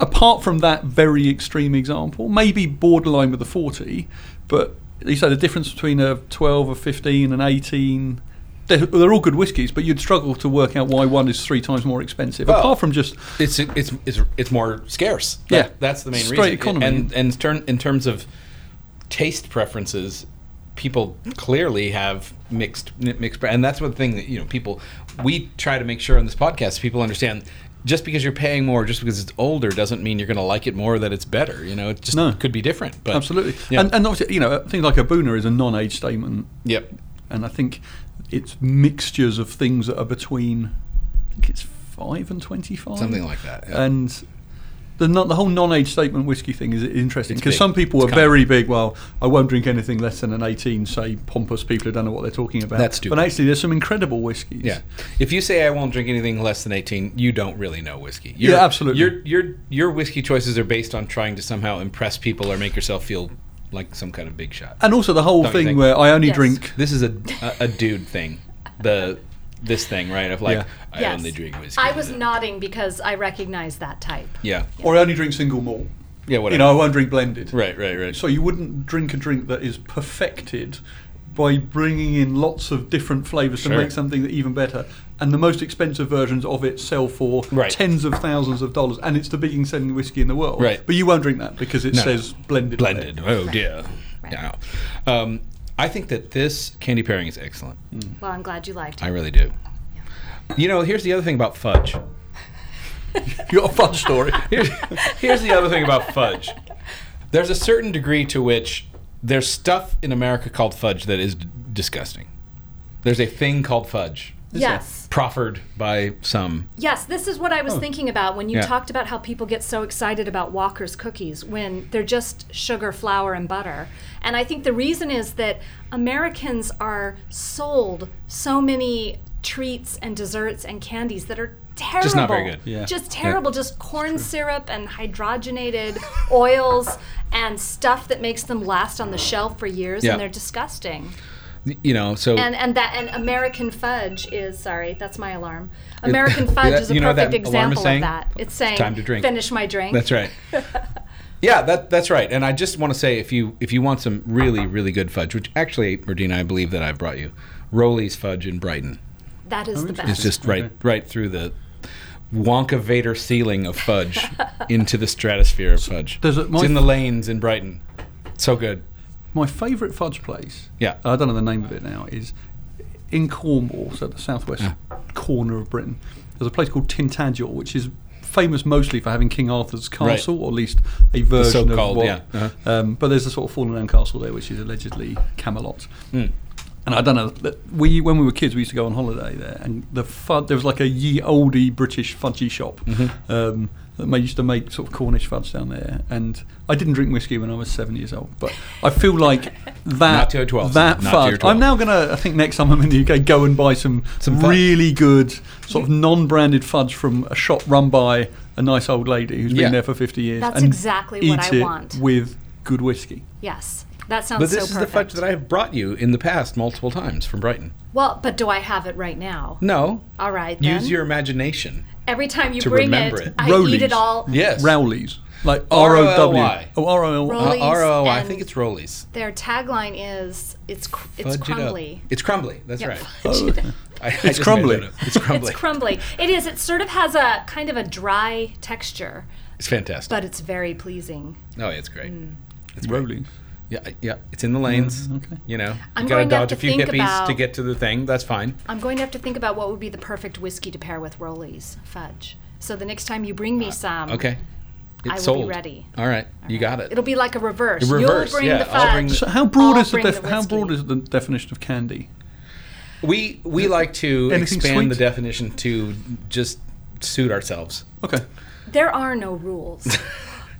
Speaker 4: apart from that very extreme example, maybe borderline with the 40, but you say the difference between a 12, a 15, and 18. They're, they're all good whiskies, but you'd struggle to work out why one is three times more expensive.
Speaker 2: Well,
Speaker 4: Apart from just
Speaker 2: it's it's it's it's more scarce.
Speaker 4: Yeah.
Speaker 2: That- that's the main
Speaker 4: Straight
Speaker 2: reason.
Speaker 4: economy.
Speaker 2: And and turn in terms of taste preferences, people clearly have mixed mixed. pre- And that's one thing that you know people we try to make sure on this podcast people understand. Just because you're paying more, just because it's older, doesn't mean you're going to like it more. That it's better. You know, it just
Speaker 4: No.
Speaker 2: could be different. But
Speaker 4: absolutely,
Speaker 2: yeah.
Speaker 4: and, and obviously, you know, things like a Boona is a non-age statement,
Speaker 2: yep,
Speaker 4: and I think it's mixtures of things that are between. I think it's five and twenty-five,
Speaker 2: something like that. yeah.
Speaker 4: and the non, the whole non-age statement whiskey thing is interesting
Speaker 2: It's
Speaker 4: because
Speaker 2: big.
Speaker 4: some people
Speaker 2: It's
Speaker 4: are
Speaker 2: common.
Speaker 4: very big. Well, I won't drink anything less than an eighteen. Say pompous people who don't know what they're talking about.
Speaker 2: That's stupid.
Speaker 4: But actually, there's some incredible whiskies.
Speaker 2: Yeah. If you say I won't drink anything less than 18, you don't really know whiskey. Your-
Speaker 4: Yeah, absolutely.
Speaker 2: Your your your whiskey choices are based on trying to somehow impress people or make yourself feel like some kind of big shot.
Speaker 4: And also the whole
Speaker 2: Don't you
Speaker 4: thing
Speaker 2: think?
Speaker 4: where I only
Speaker 3: Yes.
Speaker 4: drink.
Speaker 2: this is a a, a dude thing. The this thing, right? Of like
Speaker 4: Yeah.
Speaker 2: I
Speaker 3: Yes.
Speaker 2: only drink whiskey.
Speaker 3: I was nodding because I recognize that type.
Speaker 2: Yeah.
Speaker 4: Or I only drink single malt.
Speaker 2: Yeah, whatever.
Speaker 4: You know, I won't drink blended.
Speaker 2: Right, right, right.
Speaker 4: So you wouldn't drink a drink that is perfected by bringing in lots of different flavours to
Speaker 2: Sure.
Speaker 4: make something even better. And the most expensive versions of it sell for
Speaker 2: Right.
Speaker 4: tens of thousands of dollars, and it's the biggest selling whiskey in the world.
Speaker 2: Right.
Speaker 4: But you won't drink that because it
Speaker 2: No.
Speaker 4: says blended. on it.
Speaker 2: blended.
Speaker 4: (laughs)
Speaker 2: Oh dear.
Speaker 3: Right.
Speaker 2: Yeah. Um, I think that this candy pairing is excellent.
Speaker 4: Mm.
Speaker 3: Well, I'm glad you liked
Speaker 2: I
Speaker 3: it.
Speaker 2: really do. You know, here's the other thing about fudge.
Speaker 4: You got a fudge story.
Speaker 2: Here's, (laughs) here's the other thing about fudge. There's a certain degree to which there's stuff in America called fudge that is d- disgusting. There's a thing called fudge
Speaker 3: Yes.
Speaker 2: proffered by some.
Speaker 3: Yes, this is what I was thinking about when you
Speaker 2: Oh. Yeah.
Speaker 3: talked about how people get so excited about Walker's cookies when they're just sugar, flour, and butter. And I think the reason is that Americans are sold so many treats and desserts and candies that are terrible.
Speaker 2: not very good.
Speaker 4: Yeah.
Speaker 3: Just terrible. Just corn syrup and hydrogenated (laughs) oils and stuff that makes them last on the shelf for years
Speaker 2: Yeah.
Speaker 3: and they're disgusting.
Speaker 2: You know, so
Speaker 3: And and that and American fudge is sorry, that's my alarm.
Speaker 2: (laughs)
Speaker 3: American fudge
Speaker 2: that-
Speaker 3: is a
Speaker 2: you know what
Speaker 3: perfect
Speaker 2: that alarm is
Speaker 3: example
Speaker 2: saying?
Speaker 3: of that. It's saying
Speaker 2: time to drink.
Speaker 3: finish my drink.
Speaker 2: that's right. Yeah, that that's right. And I just want to say, if you if you want some really really good fudge, which actually, Merdina, I believe that I brought you, Rowley's fudge in Brighton.
Speaker 3: That is the best.
Speaker 2: Oh, It's just right right through the Wonka Vader ceiling of
Speaker 4: (laughs)
Speaker 2: fudge into the stratosphere of fudge.
Speaker 4: Does it-
Speaker 2: it's
Speaker 4: my-
Speaker 2: in the lanes in Brighton. So good.
Speaker 4: My favourite fudge place. uh,
Speaker 2: Yeah.
Speaker 4: I don't know the name of it now. Is in Cornwall, so the southwest corner of Britain. There's a place called Tintagel, which is famous mostly for having King Arthur's
Speaker 2: Right.
Speaker 4: castle, or at least a version
Speaker 2: so-called,
Speaker 4: of what.
Speaker 2: yeah. Uh-huh.
Speaker 4: Um, but there's a sort of fallen down castle there, which is allegedly Camelot.
Speaker 2: Hmm. Mm.
Speaker 4: And I don't know. that- We when we were kids, we used to go on holiday there, and the fud, there was like a ye olde British fudgy shop
Speaker 2: Mm-hmm.
Speaker 4: um, that ma- used to make sort of Cornish fudge down there. And I didn't drink whiskey when I was seven years old, but I
Speaker 2: (laughs)
Speaker 4: feel like that
Speaker 2: Not till 12,
Speaker 4: that
Speaker 2: not till
Speaker 4: fudge.
Speaker 2: you're 12.
Speaker 4: I'm now gonna. I think next time I'm in the UK, go and buy some
Speaker 2: Some fudge. Mm-hmm.
Speaker 4: really good sort of non-branded fudge from a shop run by a nice old lady who's
Speaker 2: Yeah.
Speaker 4: been there for 50 years.
Speaker 3: That's
Speaker 4: and
Speaker 3: exactly what
Speaker 4: eat
Speaker 3: I
Speaker 4: it
Speaker 3: want.
Speaker 4: with good whiskey.
Speaker 3: yes. That sounds
Speaker 2: But
Speaker 3: so
Speaker 2: this is the
Speaker 3: perfect.
Speaker 2: fudge that I have brought you in the past multiple times from Brighton.
Speaker 3: well, but do I have it right now?
Speaker 2: No.
Speaker 3: All right. Then.
Speaker 2: Use your imagination.
Speaker 3: every time you
Speaker 2: to
Speaker 3: bring it,
Speaker 2: remember it.
Speaker 3: I eat
Speaker 4: Rollies.
Speaker 3: it all.
Speaker 2: Yes.
Speaker 4: Rowley's. Like R O W.
Speaker 2: R-O-L-Y.
Speaker 4: Oh, R O L
Speaker 3: Rollies
Speaker 2: Uh, R O. I
Speaker 3: and
Speaker 2: think it's Rollies.
Speaker 3: Their tagline is it's cr- it's
Speaker 2: Fudge it up.
Speaker 3: crumbly.
Speaker 2: It's crumbly. That's
Speaker 3: Yeah,
Speaker 2: right.
Speaker 3: fudge
Speaker 4: Oh,
Speaker 3: it up.
Speaker 2: I, I just made
Speaker 4: crumbly.
Speaker 2: that up. It's crumbly.
Speaker 3: It's crumbly. It is. It sort of has a kind of a dry texture,
Speaker 2: It's fantastic.
Speaker 3: but Mm. it's very pleasing.
Speaker 2: no, it's great.
Speaker 4: Rowley's.
Speaker 2: Yeah, I- yeah. It's in the lanes.
Speaker 4: Mm, okay.
Speaker 2: You know,
Speaker 3: I'm
Speaker 2: you gotta
Speaker 3: going to have
Speaker 2: dodge
Speaker 3: to
Speaker 2: a few
Speaker 3: think
Speaker 2: hippies to
Speaker 3: about-
Speaker 2: get to the thing. That's fine.
Speaker 3: I'm going to have to think about what would be the perfect whiskey to pair with Rollies fudge. So the next time you bring me some,
Speaker 2: Uh, Okay. It's
Speaker 3: I will be
Speaker 2: sold.
Speaker 3: ready.
Speaker 2: All right. you got it.
Speaker 3: It'll be like a reverse.
Speaker 2: A reverse,
Speaker 3: You'll bring
Speaker 2: yeah,
Speaker 3: the
Speaker 2: I'll
Speaker 3: fudge.
Speaker 2: bring the-
Speaker 4: So how broad
Speaker 3: I'll
Speaker 4: is the,
Speaker 3: bring the
Speaker 4: def- how
Speaker 3: whiskey.
Speaker 4: broad is the definition of candy?
Speaker 2: We we like to
Speaker 4: Anything
Speaker 2: expand
Speaker 4: sweet?
Speaker 2: the definition to just suit ourselves.
Speaker 4: Okay.
Speaker 3: There are
Speaker 2: (laughs)
Speaker 3: no rules.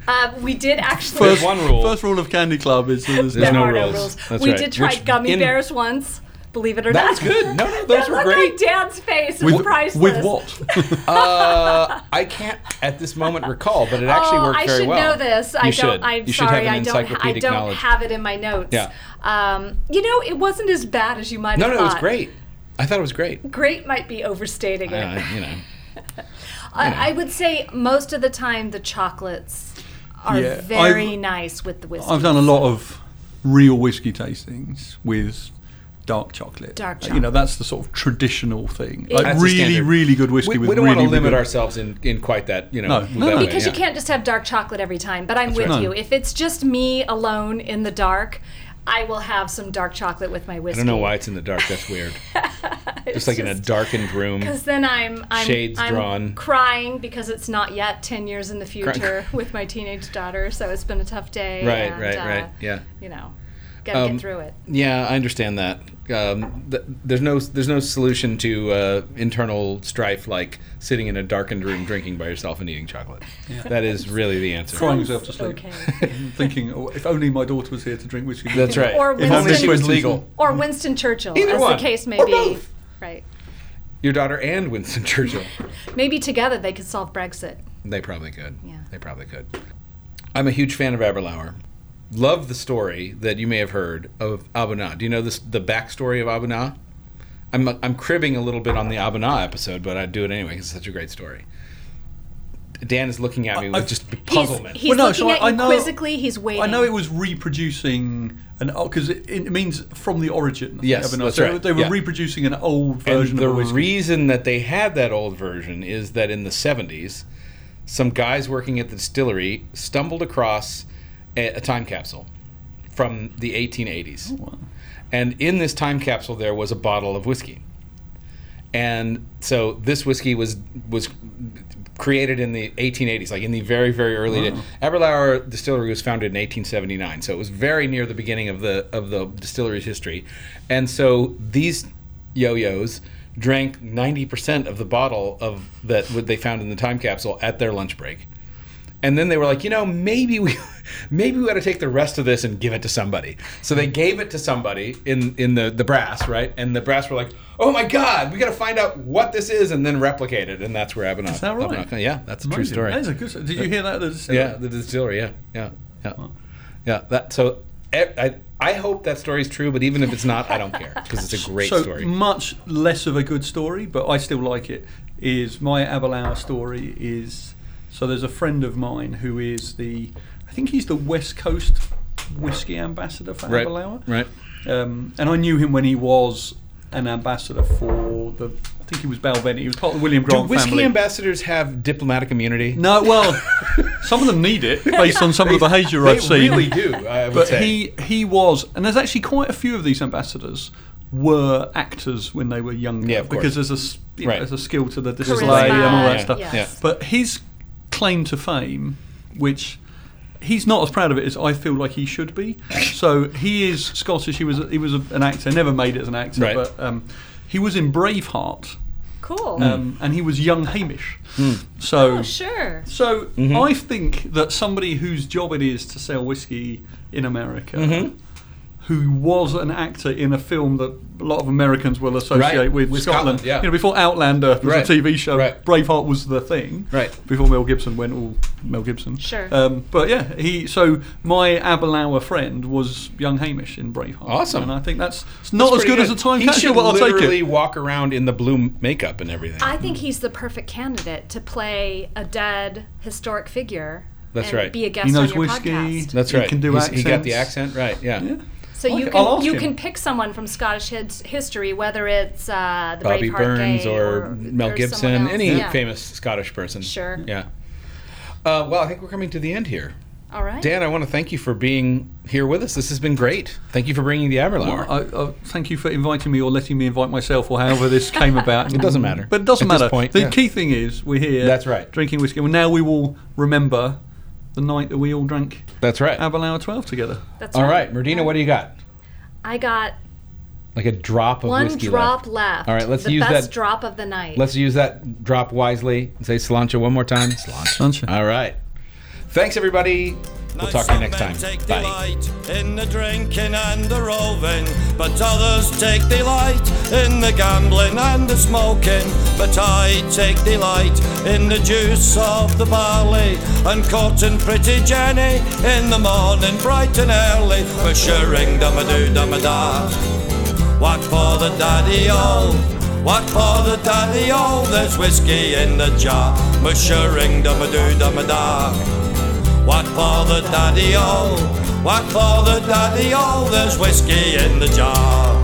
Speaker 3: uh, we did actually.
Speaker 2: There's one rule.
Speaker 4: First rule of Candy Club is that there's
Speaker 2: There's
Speaker 3: there
Speaker 2: no
Speaker 4: no.
Speaker 3: are
Speaker 2: rules.
Speaker 3: no rules.
Speaker 2: That's
Speaker 3: we
Speaker 2: right.
Speaker 3: did try
Speaker 2: Which
Speaker 3: gummy
Speaker 2: in-
Speaker 3: bears once. Believe it or
Speaker 2: That
Speaker 3: not.
Speaker 2: was good.
Speaker 3: (laughs)
Speaker 2: No, no, those were
Speaker 3: Look
Speaker 2: great.
Speaker 3: at Dan's face. It's
Speaker 4: With,
Speaker 3: priceless. (laughs)
Speaker 4: with what?
Speaker 2: Uh, I can't at this moment recall, but it actually
Speaker 3: oh,
Speaker 2: worked
Speaker 3: I
Speaker 2: very
Speaker 3: should
Speaker 2: well.
Speaker 3: know this. I
Speaker 2: You
Speaker 3: don't.
Speaker 2: should.
Speaker 3: I'm
Speaker 2: you should
Speaker 3: sorry.
Speaker 2: have an
Speaker 3: I don't. ha- I
Speaker 2: encyclopedic
Speaker 3: don't
Speaker 2: knowledge.
Speaker 3: have it in my notes.
Speaker 2: Yeah.
Speaker 3: Um, you know, it wasn't as bad as you might
Speaker 2: no, no,
Speaker 3: have
Speaker 2: it
Speaker 3: thought.
Speaker 2: was great. I thought it was
Speaker 3: (laughs)
Speaker 2: great.
Speaker 3: Great might be overstating it.
Speaker 2: Uh, you know,
Speaker 3: I, I would say most of the time the chocolates are
Speaker 4: Yeah,
Speaker 3: very
Speaker 4: I've-
Speaker 3: nice with the whiskey.
Speaker 4: I've done a lot of real whiskey tastings with dark chocolate.
Speaker 3: Dark
Speaker 4: You know, that's the sort of traditional thing. Like
Speaker 2: That's the
Speaker 4: really,
Speaker 2: standard.
Speaker 4: really good
Speaker 2: we,
Speaker 4: whiskey with
Speaker 2: we don't
Speaker 4: really
Speaker 2: want to limit
Speaker 4: really-
Speaker 2: ourselves in, in quite that you know
Speaker 4: No,
Speaker 2: that
Speaker 4: no, no.
Speaker 2: way,
Speaker 3: because
Speaker 2: yeah.
Speaker 3: you can't just have dark chocolate every time. But I'm with
Speaker 4: right.
Speaker 3: you.
Speaker 4: No.
Speaker 3: If it's just me alone in the dark, I will have some dark chocolate with my
Speaker 2: I
Speaker 3: whiskey.
Speaker 2: don't know why it's in the dark. That's
Speaker 3: (laughs)
Speaker 2: weird. just like in a darkened room.
Speaker 3: Because then I'm, I'm
Speaker 2: Shades
Speaker 3: I'm
Speaker 2: drawn.
Speaker 3: crying because it's not yet ten years in the future (laughs) with my teenage daughter. So it's been a tough day.
Speaker 2: Right,
Speaker 3: and,
Speaker 2: right,
Speaker 3: uh,
Speaker 2: right. Yeah.
Speaker 3: You know, gotta
Speaker 2: Um,
Speaker 3: get through it.
Speaker 2: Yeah, I understand that. Um, th- there's no there's no solution to uh, internal strife like sitting in a darkened room drinking by yourself and eating chocolate. That is really the answer.
Speaker 4: Crying yourself to sleep.
Speaker 3: Okay.
Speaker 4: (laughs) Thinking, oh, if only my daughter was here to drink whiskey.
Speaker 2: That's right.
Speaker 3: Or
Speaker 2: if only she
Speaker 3: Winston-
Speaker 2: was legal.
Speaker 3: Or Winston
Speaker 2: (laughs)
Speaker 3: Churchill,
Speaker 2: Either
Speaker 3: as
Speaker 2: one,
Speaker 3: the case may
Speaker 2: or
Speaker 3: be.
Speaker 2: both.
Speaker 3: Right.
Speaker 2: Your daughter and Winston Churchill.
Speaker 3: Maybe together they could solve Brexit.
Speaker 2: They probably could.
Speaker 3: Yeah.
Speaker 2: They probably could. I'm a huge fan of Aberlour. Love the story that you may have heard of Abana. Do you know this, the backstory of Abana? I'm, I'm cribbing a little bit on the Abana episode, but I do it anyway 'cause it's such a great story. Dan is looking at me with
Speaker 4: I've-
Speaker 2: just puzzlement.
Speaker 3: He's, he's
Speaker 4: Well, no,
Speaker 3: looking
Speaker 4: so I-
Speaker 3: at you
Speaker 4: I know-
Speaker 3: quizzically. He's waiting.
Speaker 4: I know it was reproducing an because it, it means from the origin.
Speaker 2: Yes,
Speaker 4: Evernote.
Speaker 2: that's
Speaker 4: So
Speaker 2: right,
Speaker 4: They were
Speaker 2: yeah.
Speaker 4: reproducing an old version
Speaker 2: and the
Speaker 4: of a whiskey.
Speaker 2: reason that they had that old version is that in the 70s some guys working at the distillery stumbled across a, a time capsule from the 1880s
Speaker 4: Oh,
Speaker 2: and in this time capsule there was a bottle of whiskey and so this whiskey was was created in the 1880s like in the very very early day. Aberlour distillery was founded in 1879 so it was very near the beginning of the of the distillery's history and so these yo-yos drank 90% of the bottle of that what they found in the time capsule at their lunch break and then they were like, you know, maybe we, (laughs) maybe we ought to take the rest of this and give it to somebody. So they gave it to somebody in in the the brass, right? And the brass were like, oh my god, we got to find out what this is and then replicate it. And that's where Abenaki.
Speaker 4: Is that right?
Speaker 2: yeah, that's a true
Speaker 4: Amazing.
Speaker 2: story.
Speaker 4: That is a good. Did you hear that? That's-
Speaker 2: yeah, the distillery. Yeah, yeah, yeah, yeah. That so. e- I, I hope that story's true, but even if it's not, I don't care because it's a great
Speaker 4: so
Speaker 2: story.
Speaker 4: much less of a good story, but I still like it. Is my Aberlour story is so there's a friend of mine who is the I think he's the West Coast whiskey ambassador for
Speaker 2: Right,
Speaker 4: Aberlour.
Speaker 2: right.
Speaker 4: Um, and I knew him when he was an ambassador for the I think he was Balvenie. He was part of the William
Speaker 2: Do
Speaker 4: Grant
Speaker 2: whiskey
Speaker 4: family.
Speaker 2: ambassadors have diplomatic immunity?
Speaker 4: no, well, some of them need it based on some of the behaviour
Speaker 2: they
Speaker 4: I've seen.
Speaker 2: really do. I would
Speaker 4: But
Speaker 2: say.
Speaker 4: he he was, and there's actually quite a few of these ambassadors were actors when they were younger.
Speaker 2: Yeah, of course.
Speaker 4: because there's a s- you know,
Speaker 2: Right.
Speaker 4: there's a skill to the display
Speaker 3: Charisma,
Speaker 4: and all that
Speaker 2: yeah,
Speaker 4: stuff.
Speaker 2: yeah.
Speaker 4: But his claim to fame, which he's not as proud of it as I feel like he
Speaker 2: (laughs)
Speaker 4: should be. so he is Scottish. He was he was a, an actor. Never made it as an actor,
Speaker 2: Right.
Speaker 4: but um, he was in Braveheart,
Speaker 3: cool.
Speaker 2: Hmm.
Speaker 4: um, and he was young Hamish. So
Speaker 3: oh, sure.
Speaker 4: so
Speaker 2: Mm-hmm.
Speaker 4: I think that somebody whose job it is to sell whiskey in America,
Speaker 2: Mm-hmm.
Speaker 4: who was an actor in a film that a lot of Americans will associate
Speaker 2: Right,
Speaker 4: with,
Speaker 2: with
Speaker 4: Scotland.
Speaker 2: Scotland, yeah.
Speaker 4: You know, before Outlander was
Speaker 2: Right,
Speaker 4: a TV show,
Speaker 2: right.
Speaker 4: Braveheart was the thing.
Speaker 2: Right.
Speaker 4: Before Mel Gibson went all Mel Gibson.
Speaker 3: Sure.
Speaker 4: Um, but yeah, he. So my Aberlour friend was young Hamish in Braveheart.
Speaker 2: Awesome.
Speaker 4: And I think that's it's not as
Speaker 2: pretty
Speaker 4: good, as a time
Speaker 2: he
Speaker 4: capsule,
Speaker 2: should
Speaker 4: but I'll take
Speaker 2: literally
Speaker 4: it.
Speaker 2: walk around in the blue makeup and everything.
Speaker 3: I think he's the perfect candidate to play a dead historic figure.
Speaker 2: That's
Speaker 3: and
Speaker 2: right.
Speaker 3: Be a guest
Speaker 4: He knows
Speaker 3: on your
Speaker 4: whiskey.
Speaker 3: podcast.
Speaker 2: That's
Speaker 4: he
Speaker 2: right.
Speaker 4: can do
Speaker 2: He's- He got the accent
Speaker 4: accents.
Speaker 2: right. Yeah.
Speaker 3: So
Speaker 4: I
Speaker 3: you
Speaker 4: can- I'll
Speaker 3: can
Speaker 4: ask
Speaker 3: you
Speaker 4: him.
Speaker 3: can pick someone from Scottish his, history, whether it's uh, the
Speaker 2: Bobby
Speaker 3: Braveheart
Speaker 2: Burns
Speaker 3: Gay
Speaker 2: or, Mel
Speaker 3: or someone
Speaker 2: Gibson,
Speaker 3: else.
Speaker 2: any
Speaker 3: Yeah.
Speaker 2: famous Scottish person.
Speaker 3: Sure.
Speaker 2: Yeah. Uh, well, I think we're coming to the end here.
Speaker 3: All right.
Speaker 2: Dan, I want to thank you for being here with us. This has been great. Thank you for bringing the Aberlour.
Speaker 4: I, I, thank you for inviting me or letting me invite myself or however this came about.
Speaker 2: (laughs) It doesn't matter.
Speaker 4: But it doesn't
Speaker 2: At this
Speaker 4: matter.
Speaker 2: point,
Speaker 4: the
Speaker 2: yeah.
Speaker 4: key thing is we're here.
Speaker 2: That's right.
Speaker 4: Drinking whiskey. Well, now we will remember the night that we all drank
Speaker 2: That's right.
Speaker 4: Aberlour 12 together.
Speaker 3: That's
Speaker 2: All right, Merdina, what do you got?
Speaker 3: I got
Speaker 2: Like a drop of
Speaker 3: one
Speaker 2: whiskey left.
Speaker 3: drop left.
Speaker 2: All right, let's
Speaker 3: the
Speaker 2: use
Speaker 3: best
Speaker 2: that-
Speaker 3: drop of the night.
Speaker 2: Let's use that drop wisely. Say cilantro one more time.
Speaker 4: Cilantro.
Speaker 2: All right. Thanks, everybody. We'll talk to
Speaker 1: some
Speaker 2: you next
Speaker 1: men
Speaker 2: time.
Speaker 1: Take
Speaker 2: Bye.
Speaker 1: delight in the drinking and the roving, but others take delight in the gambling and the smoking. But I take delight in the juice of the barley and cotton pretty Jenny in the morning, bright and early, for shirring dum a doo dum a da. What for the daddy all? What for the daddy oh? all? There's whiskey in the jar. Mushering dum a doo dum a da. What for the daddy-o? What for the daddy-o? There's whiskey in the jar.